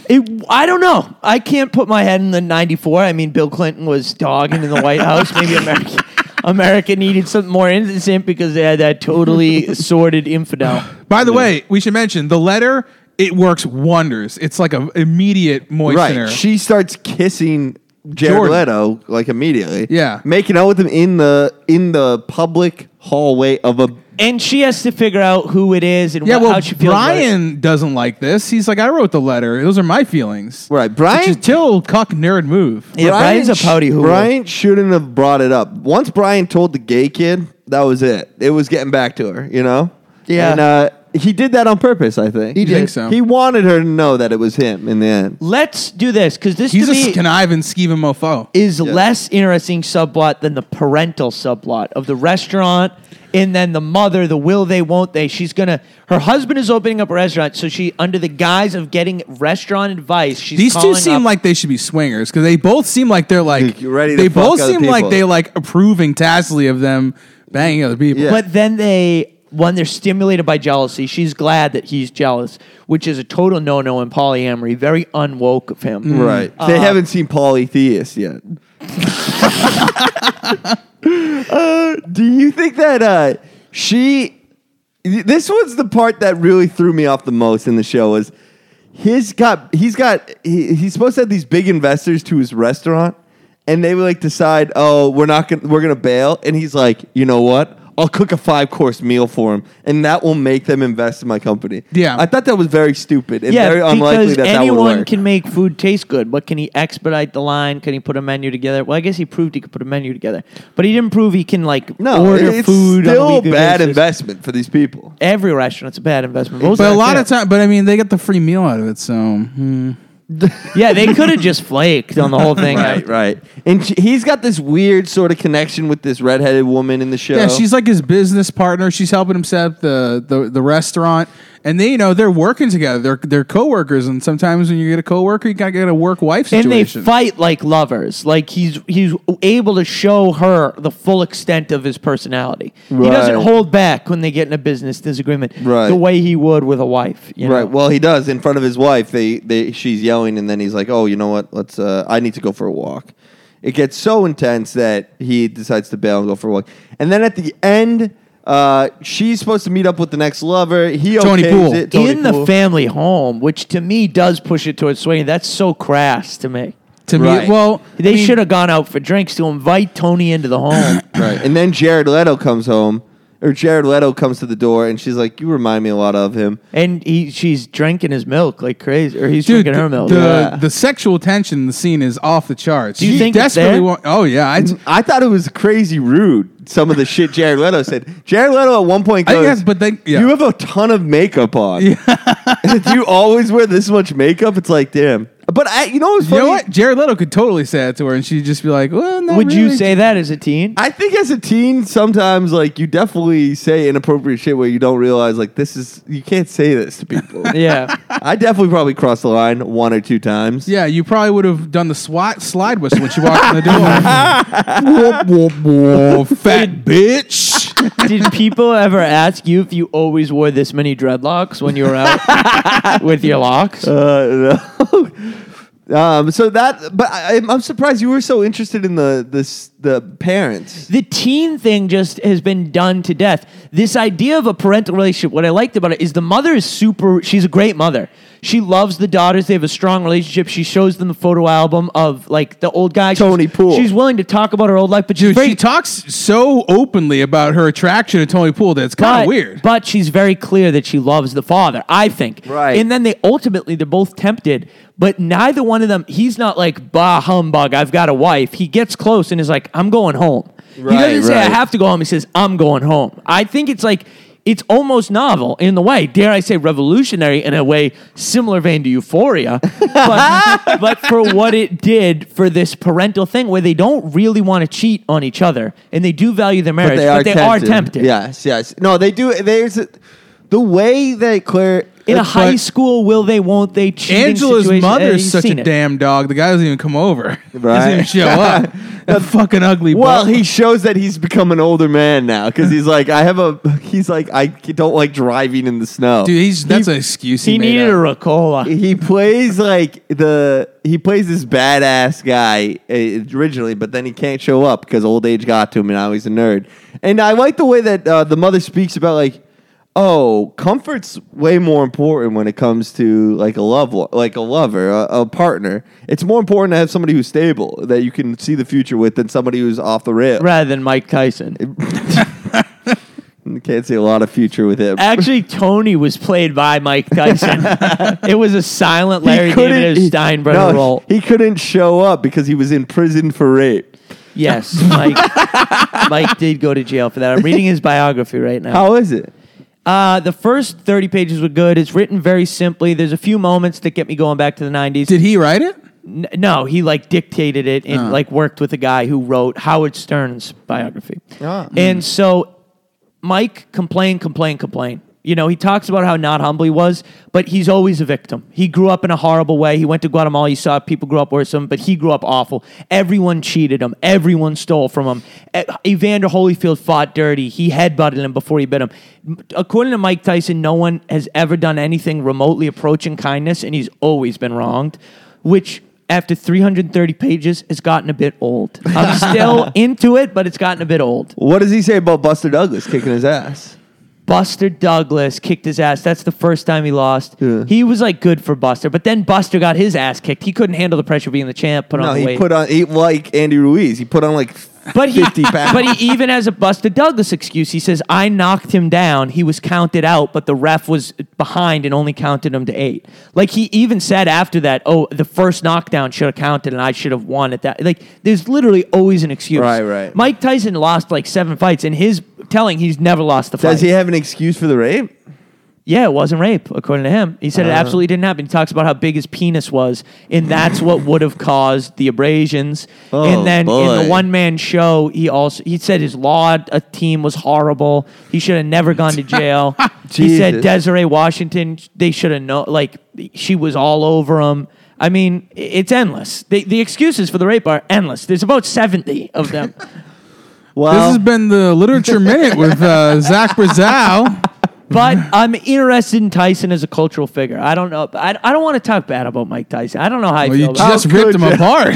A: It, I don't know. I can't put my head in the 94. I mean, Bill Clinton was dogging in the White House. Maybe America, America needed something more innocent because they had that totally sordid infidel.
B: By the way, we should mention the letter, it works wonders. It's like a immediate moistener.
C: She starts kissing Jared
B: Jordan.
C: Leto like immediately.
B: Yeah.
C: making out with him in the in the public hallway of a.
A: And she has to figure out who it is and
B: Yeah,
A: what, how
B: well,
A: she feels. about it.
B: Brian doesn't like this. He's like, I wrote the letter. Those are my feelings.
C: Right, Brian-
B: Which is still cuck nerd move.
A: Yeah, Brian's a
C: sh-
A: pouty hooer.
C: Brian shouldn't have brought it up. Once Brian told the gay kid, that was it. It was getting back to her, you know.
A: Yeah.
C: and uh, he did that on purpose. I think
B: You did. think so?
C: He wanted her to know that it was him in the end.
A: Let's do this because this
B: He's
A: to
B: a
A: me
B: conniving, scheming mofo.
A: is less interesting subplot than the parental subplot of the restaurant and then the mother, the will they, won't they. She's gonna. Her husband is opening up a restaurant, so she, under the guise of getting restaurant advice, she's
B: These two
A: calling
B: seem
A: up-
B: like they should be swingers because they both seem like they're like
C: You're ready to
B: they
C: fuck
B: both
C: other
B: seem like
C: people.
B: they like approving tacitly of them banging other people.
C: Yeah.
A: But then they, when they're stimulated by jealousy, she's glad that he's jealous, which is a total no no in polyamory. Very unwoke of him.
C: Mm-hmm. Right, they haven't seen polytheist yet. Uh, do you think that uh, she? This was the part that really threw me off the most in the show was he's got he's got he, he's supposed to have these big investors to his restaurant, and they would like decide, oh, we're not gonna we're gonna bail, and he's like, you know what? I'll cook a five course meal for him, and that will make them invest in my company.
B: Yeah.
C: I thought that was very stupid and
A: Yeah,
C: very unlikely
A: because
C: that that would
A: anyone
C: work.
A: can make food taste good, but can he expedite the line? Can he put a menu together? Well, I guess he proved he could put a menu together, but he didn't prove he can like
C: no,
A: order
C: it's
A: food. on a
C: still
A: weekly
C: bad
A: basis.
C: investment for these people.
A: Every restaurant's a bad investment. What was
B: But a
A: that?
B: lot of time, but I mean, they get the free meal out of it, so hmm.
A: yeah, they could have just flaked on the whole thing.
C: Right, right. And she, he's got this weird sort of connection with this redheaded woman in the show.
B: yeah, she's like his business partner. She's helping him set up the, the, the restaurant, and they you know they're working together. They're they're coworkers, and sometimes when you get a coworker, you gotta get a work wife
A: And they
B: situation.
A: fight like lovers. Like he's he's able to show her the full extent of his personality. He doesn't
C: Right.
A: hold back when they get in a business disagreement
C: Right.
A: the way he would with a wife. you
C: right.
A: know?
C: Well, he does in front of his wife. They, they, she's yelling, and then he's like, "Oh, you know what? Let's. Uh, I need to go for a walk." It gets so intense that he decides to bail and go for a walk. And then at the end, uh, she's supposed to meet up with the next lover. He
B: Tony
C: okays
B: Poole.
C: it. Tony
A: in
C: Poole.
A: the family home, which to me does push it towards swinging. That's so crass to me.
B: to
C: Right.
B: me, well,
A: They should have gone out for drinks to invite Tony into the home.
C: Right. And then Jared Leto comes home, or Jared Leto comes to the door, and she's like, "You remind me a lot of him."
A: and he, she's drinking his milk like crazy, or he's
B: Dude,
A: drinking her
B: the,
A: milk.
B: the,
C: Yeah.
B: the sexual tension in the scene is off the charts.
A: Do you
B: She
A: think it's
B: desperately
A: there?
B: want- Oh yeah, I,
C: I thought it was crazy rude. Some of the shit Jared Leto said. Jared Leto at one point
B: I
C: goes,
B: guess, but then yeah.
C: "You have a ton of makeup on. Do you always wear this much makeup?" It's like, damn. But I, you know what's
B: You
C: funny?
B: know what? Jared Leto could totally say that to her, and she'd just be like, "Well, not
A: Would you
B: really."
A: say that as a teen?
C: I think as a teen, sometimes like you definitely say inappropriate shit where you don't realize like this is you can't say this to people.
A: yeah.
C: I definitely probably crossed the line one or two times.
B: Yeah, you probably would have done the SWAT slide whistle when she walked in the door. whoop, whoop, whoop, fat bitch.
A: Did people ever ask you if you always wore this many dreadlocks when you were out with your locks?
C: Uh, no. um, so that, but I, I'm- I'm surprised you were so interested in the this the parents.
A: the teen thing just has been done to death. This idea of a parental relationship, what I liked about it is the mother is super, she's a great mother. She loves the daughters. They have a strong relationship. She shows them the photo album of like the old guy.
C: Tony
A: she's,
C: Poole.
A: She's willing to talk about her old life, but she's
B: Dude,
A: very
B: she talks so openly about her attraction to Tony Poole that it's kind
A: but-
B: of weird.
A: But she's very clear that she loves the father, I think.
C: Right.
A: And then they ultimately they're both tempted, but neither one of them he's not like bah humbug, I've got a wife. He gets close and is like, I'm going home. he
C: Right,
A: doesn't say I
C: right.
A: have to go home. He says, I'm going home. I think it's like it's almost novel in the way, dare I say, revolutionary in a way similar vein to Euphoria, but, but for what it did for this parental thing, where they don't really want to cheat on each other and they do value their marriage, but they, are, tempted.
C: Yes, yes. No, they do. There's a, the way that Claire
A: in a
C: like,
A: high
C: but-
A: school will they won't they cheating
B: Angela's
A: situation. uh,
B: mother's
A: You've
B: such a
A: seen it.
B: damn dog. The guy doesn't even come over.
C: Right.
B: Doesn't even show up. that fucking ugly.
C: Well,
B: butt.
C: he shows that he's become an older man now because he's like, I have a. He's like, I don't like driving in the snow.
B: dude, he's that's an excuse he,
A: he
B: made
A: needed a
B: up.
A: Ricola.
C: he plays like the he plays this badass guy uh, originally, but then he can't show up because old age got to him, and now he's a nerd. And I like the way that uh, the mother speaks about like, oh, comfort's way more important when it comes to like a love, like a lover, a, a partner. It's more important to have somebody who's stable that you can see the future with than somebody who's off the rail.
A: rather than Mike Tyson.
C: You Can't see a lot of future with him.
A: Actually, Tony was played by Mike Tyson. it was a silent
C: He
A: Larry
C: couldn't-
A: David
C: he-
A: Steinbrenner
C: no,
A: role.
C: He couldn't show up because he was in prison for rape.
A: Yes, Mike. Mike did go to jail for that. I'm reading his biography right now.
C: How is it?
A: Uh, the first 30 pages were good. It's written very simply. There's a few moments that get me going back to the 90s.
B: Did he write it?
A: N- no, he like dictated it
C: Uh.
A: and like worked with a guy who wrote Howard Stern's biography.
C: Ah.
A: And so Mike complained, complained, complained. You know, he talks about how not humble he was, but he's always a victim. He grew up in a horrible way. He went to Guatemala. He saw people grow up worse than him, but he grew up awful. Everyone cheated him. Everyone stole from him. E- Evander Holyfield fought dirty. He headbutted him before he bit him. M- According to Mike Tyson, no one has ever done anything remotely approaching kindness, and he's always been wronged, which after 330 pages has gotten a bit old. I'm still into it, but it's gotten a bit old.
C: What does he say about Buster Douglas kicking his ass?
A: Buster Douglas kicked his ass. That's the first time he lost.
C: Yeah.
A: He was like good for Buster, but then Buster got his ass kicked. He couldn't handle the pressure of being the champ. Put
C: No,
A: on the
C: he
A: weight.
C: put on he like Andy Ruiz. He put on like
A: but he,
C: fifty pounds.
A: but he even has a Buster Douglas excuse. He says, "I knocked him down. He was counted out, but the ref was behind and only counted him to eight. Like he even said after that, "Oh, the first knockdown should have counted, and I should have won at that." Like there's literally always an excuse.
C: Right, right.
A: Mike Tyson lost like seven fights, and his telling he's never lost the fight.
C: Does he have an excuse for the rape?
A: Yeah, it wasn't rape, according to him. He said
C: Uh.
A: it absolutely didn't happen. He talks about how big his penis was, and that's what would have caused the abrasions.
C: Oh,
A: and then in
C: boy.
A: the one man show, he also he said his law uh, team was horrible. He should have never gone to jail. he said
C: Jesus.
A: Desiree Washington, they should have known. Like she was all over him. I mean, i- it's endless. The, the excuses for the rape are endless. There's about seventy of them.
B: This
C: Well,
B: has been the literature minute with uh, Zach Brazow.
A: but I'm interested in Tyson as a cultural figure. I don't know. I, I don't want to talk bad about Mike Tyson. I don't know how I
B: Well,
A: feel.
B: you
A: about
B: just
C: How
B: ripped
C: could
B: him
C: you?
B: apart.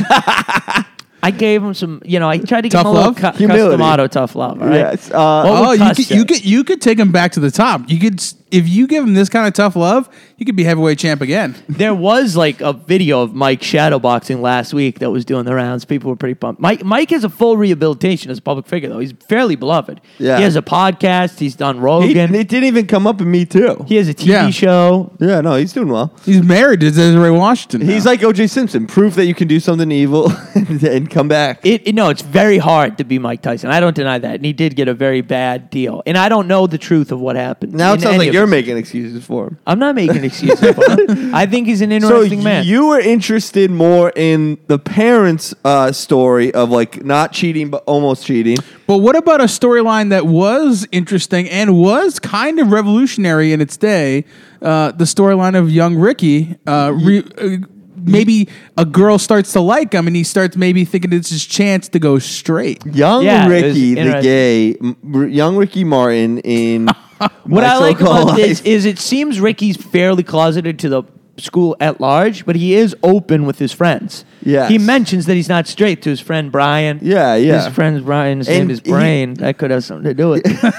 A: I gave him some, you know, I tried to give
B: Tough
A: him a little
B: love?
A: cu-
C: Humility.
A: custom auto tough love. All right.
C: Yes, uh,
A: What would
B: oh, you
A: Tuss
B: could,
A: say?
B: you could you could take him back to the top. You could s- if you give him this kind of tough love, you could be heavyweight champ again.
A: There was like a video of Mike shadowboxing last week that was doing the rounds. People were pretty pumped. Mike Mike has a full rehabilitation as a public figure though. He's fairly beloved.
C: Yeah.
A: He has a podcast. He's done
C: oh, he,
A: Rogan. He,
C: it didn't even come up in me too.
A: has a TV
B: Yeah.
A: show.
C: yeah, no, he's doing well.
B: He's married to Desiree Washington.
C: He's like O.J. Simpson. Proof that you can do something evil and, and come back.
A: It, it- no, it's very hard to be Mike Tyson. I don't deny that, and he did get a very bad deal. And I don't know the truth of what happened.
C: now
A: in
C: it sounds
A: any
C: like
A: of
C: you're
A: this.
C: making excuses for him.
A: I'm not making excuses. for him. I think he's an
C: So
A: interesting man.
C: you were interested more in the parents' uh, story of like not cheating but almost cheating.
B: But what about a storyline that was interesting and was kind of revolutionary in its day? Uh, the storyline of young Ricky. Uh, re- uh, maybe a girl starts to like him, and he starts maybe thinking it's his chance to go straight.
C: Young
A: Yeah, it was
C: Ricky, the
A: interesting.
C: gay, m- r- young Ricky Martin in
A: What I like about this is it seems Ricky's fairly closeted to the school at large, but he is open with his friends.
C: Yes.
A: He mentions that he's not straight to his friend Brian.
C: Yeah, yeah.
A: His friend Brian's
C: And
A: name is
C: he-
A: Brain. that could have something to do with it.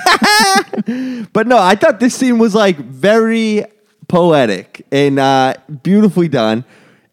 C: But no, I thought this scene was like very poetic and uh, beautifully done.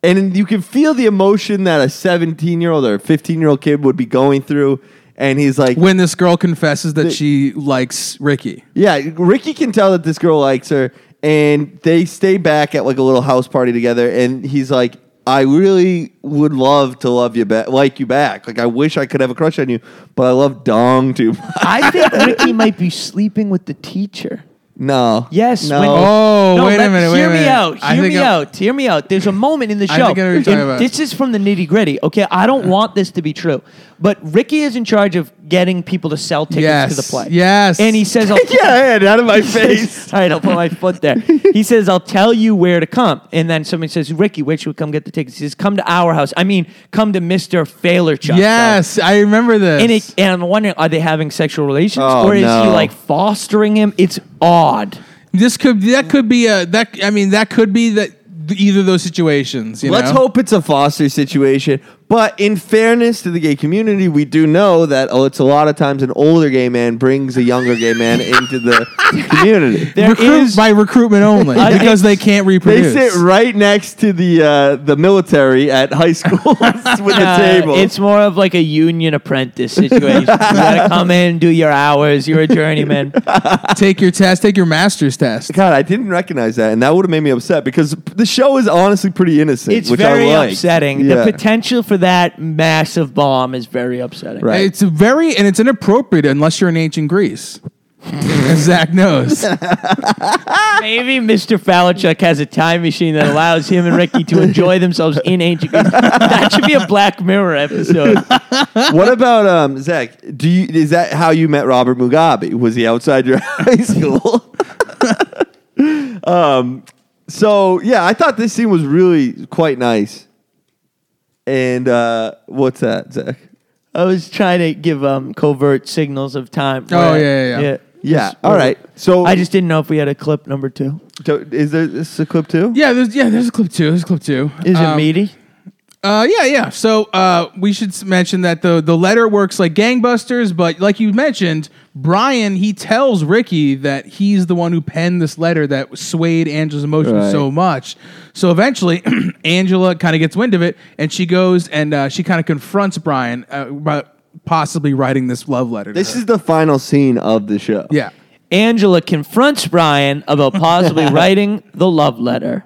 C: And you can feel the emotion that a 17 year old or 15 year old kid would be going through. And he's like,
B: When this girl confesses that she likes Ricky,
C: Yeah, Ricky can tell that this girl likes her. And they stay back at like a little house party together. And he's like, I really would love to love you back, like you back. Like, I wish I could have a crush on you, but I love Dong too much.
A: I think Ricky might be sleeping with the teacher.
C: No.
A: Yes.
C: No.
A: when-
B: Oh, wait a
A: let-
B: minute, wait
A: Hear
B: a
A: me
B: minute.
A: out.
B: I
A: Hear
B: think
A: me
B: I'm-
A: out. Hear me out. There's a moment in the
B: I
A: show.
B: think I know what you're talking
A: and
B: about.
A: This is from the nitty gritty. Okay, I don't want this to be true, but Ricky is in charge of getting people to sell tickets
B: Yes,
A: to the play.
B: yes.
A: And he says, "I'll-
C: Get your hand out of my face.
A: All right, I'll put my foot there. He says, I'll tell you where to come. And then somebody says, Ricky, where should we come get the tickets? He says, come to our house. I mean, come to Mr. Failerchuk's house.
B: yes, I remember this.
A: And, it, and I'm wondering, are they having sexual relations?
C: Oh,
A: or is he
C: no.
A: like fostering him? It's odd.
B: this could that could be a that I mean that could be that either of those situations. You
C: Let's
B: know?
C: hope it's a Foster situation. But in fairness to the gay community, we do know that oh, it's a lot of times an older gay man brings a younger gay man into the community.
A: There
B: Recruit
A: is-
B: by recruitment only
A: I-
B: because they can't
C: They
B: reproduce.
C: sit right next to the uh, the military at high schools with the
A: Uh,
C: table.
A: It's more of like a union apprentice situation. you gotta come in, do your hours. You're a journeyman.
B: take your test. Take your master's test.
C: God, I didn't recognize that, and that would have made me upset because the show is honestly pretty innocent,
A: It's
C: which
A: very
C: I like.
A: upsetting.
C: Yeah.
A: The potential for that massive bomb is very upsetting.
C: Right.
B: It's very and it's inappropriate unless you're in ancient Greece.
C: Hmm.
B: As Zach knows.
A: Maybe Mr. Falachuk has a time machine that allows him and Ricky to enjoy themselves in ancient Greece. That should be a Black Mirror episode.
C: what about um, Zach? Do you is that how you met Robert Mugabe? Was he outside your high school? um, so yeah, I thought this scene was really quite nice. And uh, what's that, Zach?
A: I was trying to give um, covert signals of time.
B: Oh,
A: where-
B: yeah, yeah, yeah.
C: Yeah.
A: Just-
C: All right. So
A: I just didn't know if we had a clip number two.
C: do- is there this a clip too?
B: Yeah, there's yeah, there's a clip two. There's a clip two.
A: Is it
B: Um,
A: meaty?
B: Uh, yeah, yeah. So uh, we should s- mention that the the letter works like gangbusters, but like you mentioned, Brian he tells Ricky that he's the one who penned this letter that swayed Angela's emotions
C: Right.
B: so much. So eventually, Angela kind of gets wind of it, and she goes and uh, she kind of confronts Brian uh, about possibly writing this love letter. To
C: This
B: her.
C: is the final scene of the show.
B: yeah.
A: Angela confronts Brian about possibly writing the love letter.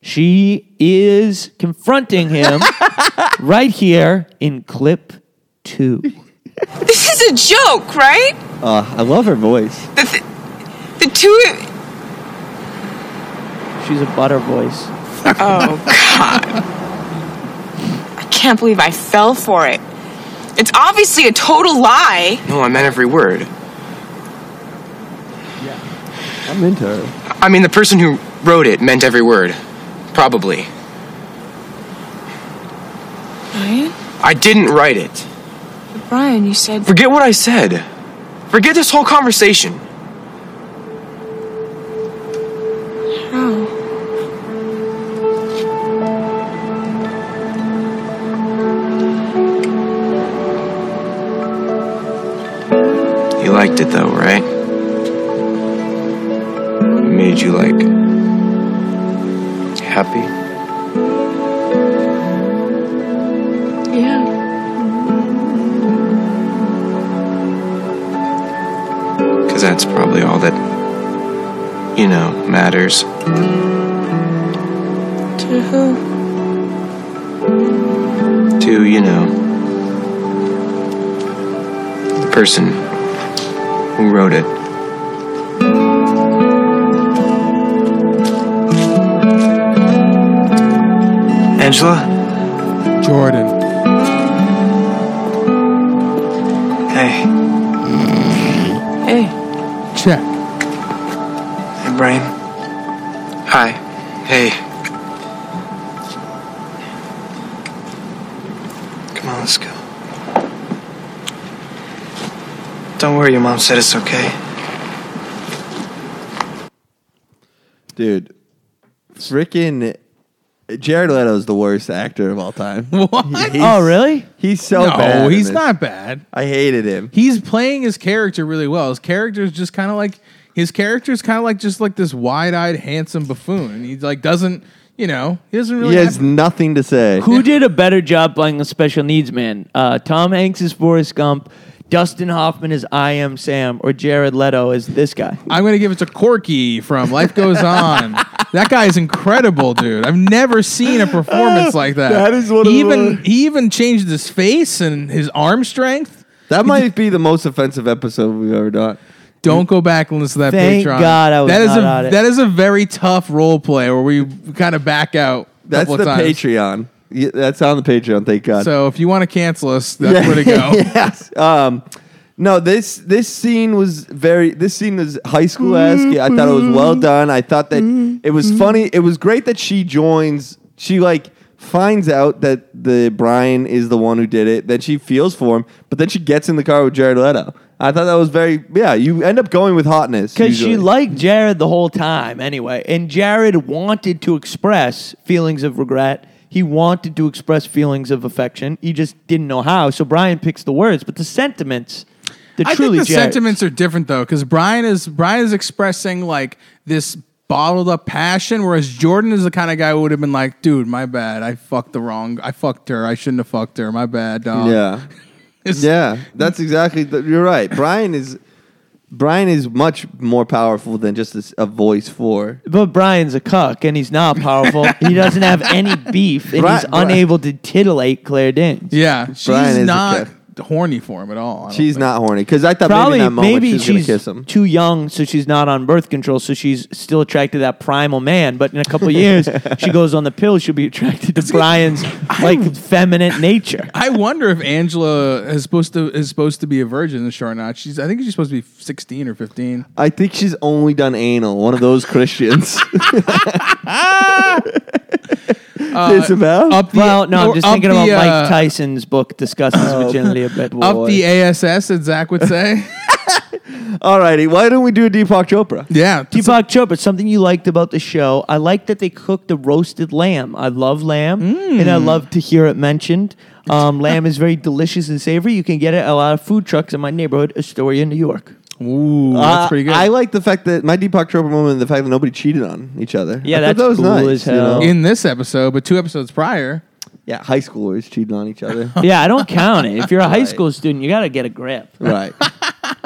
A: She is confronting him right here in clip two.
E: This is a joke, right?
C: Uh, I love her voice.
E: The, th- the two. of-
A: She's a butter voice.
E: Oh, God. I can't believe I fell for it. It's obviously a total lie.
D: No, I meant every word.
C: I'm into her.
D: I mean, the person who wrote it meant every word. Probably.
E: Brian?
D: I didn't write it.
E: Brian, you said.
D: Forget what I said. Forget this whole conversation.
E: Oh.
D: You liked it though, right? It made you like happy.
E: Yeah.
D: Because that's probably all that, you know, matters.
E: To who?
D: to, you know, the person who wrote it. Angela?
B: Jordan.
D: Hey.
E: Hey.
B: Check.
C: Oh,
D: Hey, Brian. Hi. Hey. Come on, let's go. Don't worry, your mom said it's okay.
C: Dude, freaking Jared Leto's the worst actor of all time.
B: What?
C: He's-
A: oh, really?
C: He's so
B: no,
C: bad. in
B: he's
C: this.
B: not bad.
C: I hated him.
B: he's playing his character really well. His character is just kind of like his character is kind of like just like this wide-eyed, handsome buffoon, and he like doesn't, you know, he doesn't really.
C: he
B: have-
C: has nothing to say.
A: Who did a better job playing a special needs man? Uh, Tom Hanks is Forrest Gump, Dustin Hoffman is I Am Sam, or Jared Leto is this guy?
B: I'm gonna give it to Corky from Life Goes On. that guy is incredible, dude. I've never seen a performance like that.
C: That is one
B: he
C: of the-
B: even he even changed his face and his arm strength.
C: That might be the most offensive episode we've ever done.
B: Don't go back and listen to that
A: Thank
B: Patreon.
A: God I was
B: that is
A: not
B: a
A: on it.
B: that is a very tough role play where we kind of back out. a
C: That's
B: couple of
C: the
B: times.
C: Patreon. Yeah, that's on the Patreon. Thank God.
B: So if you want to cancel us, that's where to go.
C: yes. Um, no, this this scene was very. This scene was high school esque. I thought it was well done. I thought that it was funny. It was great that she joins. She like finds out that the Brian is the one who did it. Then she feels for him, but then she gets in the car with Jared Leto. I thought that was very. Yeah, you end up going with hotness
A: Because she
C: usually.
A: liked Jared the whole time anyway. And Jared wanted to express feelings of regret. He wanted to express feelings of affection. He just didn't know how. So Brian picks the words, but the sentiments, the
B: I
A: truly
B: think the
A: Jared's.
B: sentiments are different though, because Brian is Brian is expressing like this bottled up passion, whereas Jordan is the kind of guy who would have been like, "Dude, my bad. I fucked the wrong. I fucked her. I shouldn't have fucked her. My bad, dog."
C: Yeah.
B: It's-
C: Yeah, that's exactly. The, you're right. Brian is Brian is much more powerful than just a s- a, voice for.
A: But Brian's a cuck and he's not powerful. he doesn't have any beef and
C: Bri-
A: he's
C: Bri-
A: unable to titillate Claire Danes.
B: yeah. She's
C: Brian is a
B: not horny for him at all. I don't
C: She's
B: think.
C: not horny because I thought
A: Probably,
C: maybe in that moment
A: maybe
C: she was
A: she's
C: gonna kiss him.
A: too young, so she's not on birth control, so she's still attracted to that primal man. But in a couple years, she goes on the pill, she'll be attracted to Brian's like feminine nature.
B: I wonder if Angela is supposed to is supposed to be a virgin this year or not. She's I think she's supposed to be sixteen or fifteen.
C: I think she's only done anal. One of those Christians. It's about
B: Up the,
A: well, no, I'm
B: or
A: just
B: up
A: thinking about
B: the,
A: Mike
B: uh,
A: Tyson's book discusses virginity a bit.
B: Up the ASS, as Zach would say.
C: Alrighty, why don't we do a Deepak Chopra?
B: yeah, that's-
A: Deepak Chopra, something you liked about the show. I like that they cooked a roasted lamb. I love lamb, and I love to hear it mentioned. Um, lamb is very delicious and savory. You can get it at a lot of food trucks in my neighborhood, Astoria, New York.
B: Ooh, that's
C: Uh,
B: pretty good.
C: I like the fact that my Deepak Chopra moment, the fact that nobody cheated on each other.
A: Yeah,
C: I thought
A: that's
C: that was
A: cool
C: nice,
A: as
C: you
A: hell.
C: know?
B: in this episode, but two episodes prior.
C: Yeah, high schoolers cheating on each other.
A: Yeah, I don't count it. If you're a high school student, you got to get a grip.
C: right.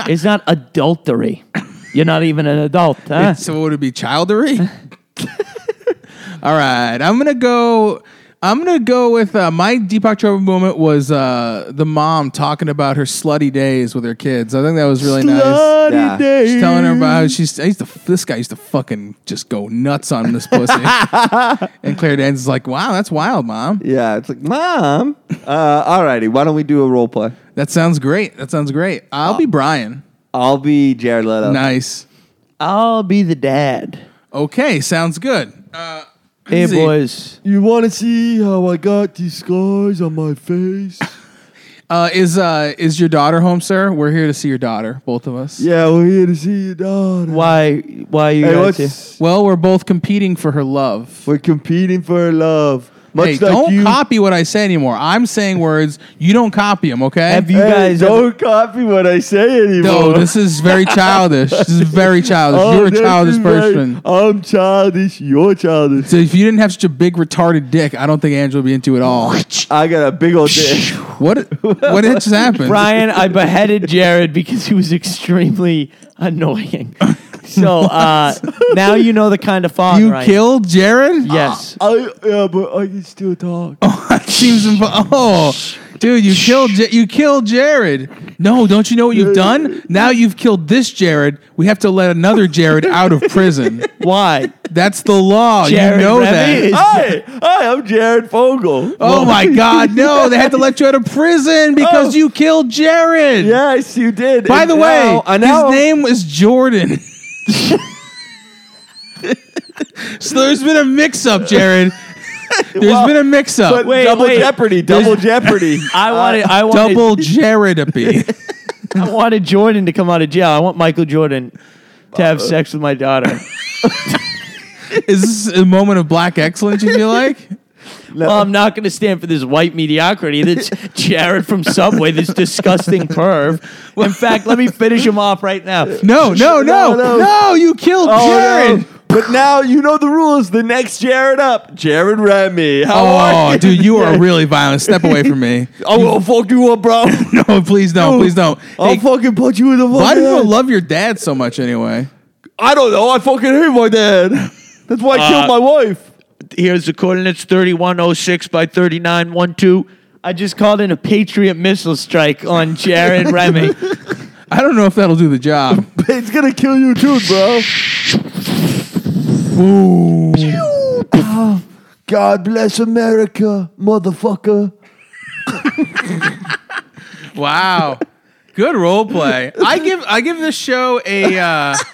A: It's not adultery. You're not even an adult. Huh?
B: So would it be childery? All right, I'm gonna go. I'm gonna go with uh, my Deepak Chopra moment was uh, the mom talking about her slutty days with her kids. I think that was really nice.
A: Slutty
C: Yeah.
A: days.
B: She's telling her about how she's. I used to. This guy used to fucking just go nuts on this pussy. and Claire Danes is like, "Wow, that's wild, mom.
C: Yeah, it's like, Mom. Uh, alrighty, why don't we do a role play?
B: That sounds great. That sounds great.
C: Uh,
B: I'll be Brian.
C: I'll be Jared Leto.
B: Nice.
A: I'll be the dad.
B: Okay, sounds good. Uh,
A: Hey,
B: easy.
A: boys.
C: You want to see how I got these scars on my face?
B: Uh, is uh, is your daughter home, sir? We're here to see your daughter, both of us.
C: yeah, we're here to see your daughter.
A: Why? Why are you
C: Hey,
A: guys
C: what's-
A: here?
B: Well, we're both competing for her love.
C: We're competing for her love. Much
B: hey,
C: like
B: don't
C: you,
B: copy what I say anymore. I'm saying words. You don't copy them, okay?
A: Have you
C: Hey,
A: guys? ever-
C: don't copy what I say anymore.
B: no, this is very childish. this is very childish.
C: Oh,
B: You're a
C: this
B: childish
C: is right.
B: person.
C: I'm childish. You're childish.
B: So if you didn't have such a big retarded dick, I don't think Angela would be into it at all.
C: I got a big old dick.
B: what? What just happened?
A: Brian, I beheaded Jared because he was extremely annoying. So uh, now you know the kind of father
B: you
A: I am.
B: killed Jared?
A: Yes.
C: I, yeah, but I can still talk.
B: That seems invo- oh dude you killed Ja- you killed jared no don't you know what you've done now you've killed this jared we have to let another jared out of prison
A: Why?
B: that's the law
A: Jared
B: you know
A: Remy
B: that
A: is-
C: Hi, hi, I'm Jared Fogle.
B: oh my god no they had to let you out of prison because
C: Oh.
B: you killed jared
C: Yes, you did.
B: by
C: And
B: the
C: now-
B: way
C: I know.
B: his name was jordan so there's been a mix-up jared There's
C: Well,
B: been a mix-up
C: But
A: Wait,
C: double
A: wait.
C: jeopardy, double uh, jeopardy. Oh,
A: I wanted. I wanted.
B: double jared
A: I wanted Jordan to come out of jail. I want Michael Jordan to have sex with my daughter.
B: Is this a moment of black excellence? You feel like?
A: Well, I'm not going to stand for this white mediocrity. That's Jared from Subway. This disgusting perv. In fact, let me finish him off right now.
B: No, no, no,
C: No,
B: no!
C: no.
B: you killed
C: Oh,
B: Jared.
C: no. But now you know the rules. The next Jared up, Jared Remy. How are
B: Oh,
C: you?
B: dude, you are really violent. Step away from me.
C: I will fuck you up, bro.
B: No, please don't. Please don't.
C: I'll
B: Hey,
C: fucking put you in the
B: why do you
C: fucking.
B: love your dad so much anyway?
C: I don't know. I fucking hate my dad. That's why I
A: Uh,
C: killed my wife.
A: Here's the coordinates 3106 by 3912. I just called in a Patriot missile strike on Jared Remy.
B: I don't know if that'll do the job.
C: It's gonna kill you too, bro.
B: Ooh.
C: God bless America, motherfucker.
B: Wow. Good role play. I give I give this show a uh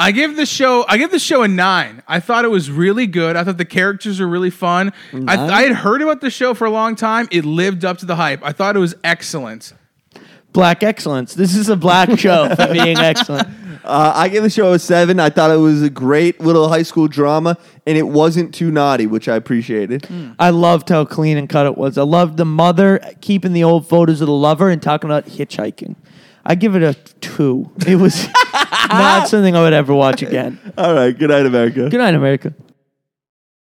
B: I give the show I give the show a 9. I thought it was really good. I thought the characters were really fun. I, I had heard about the show for a long time. It lived up to the hype. I thought it was excellent.
A: black excellence. This is a black show for being excellent.
C: Uh, I gave the show a seven. I thought it was a great little high school drama, and it wasn't too naughty, which I appreciated.
A: I loved how clean and cut it was. I loved the mother keeping the old photos of the lover and talking about hitchhiking. I give it a two. It was not something I would ever watch again.
C: All right, good night, America.
A: Good night, America.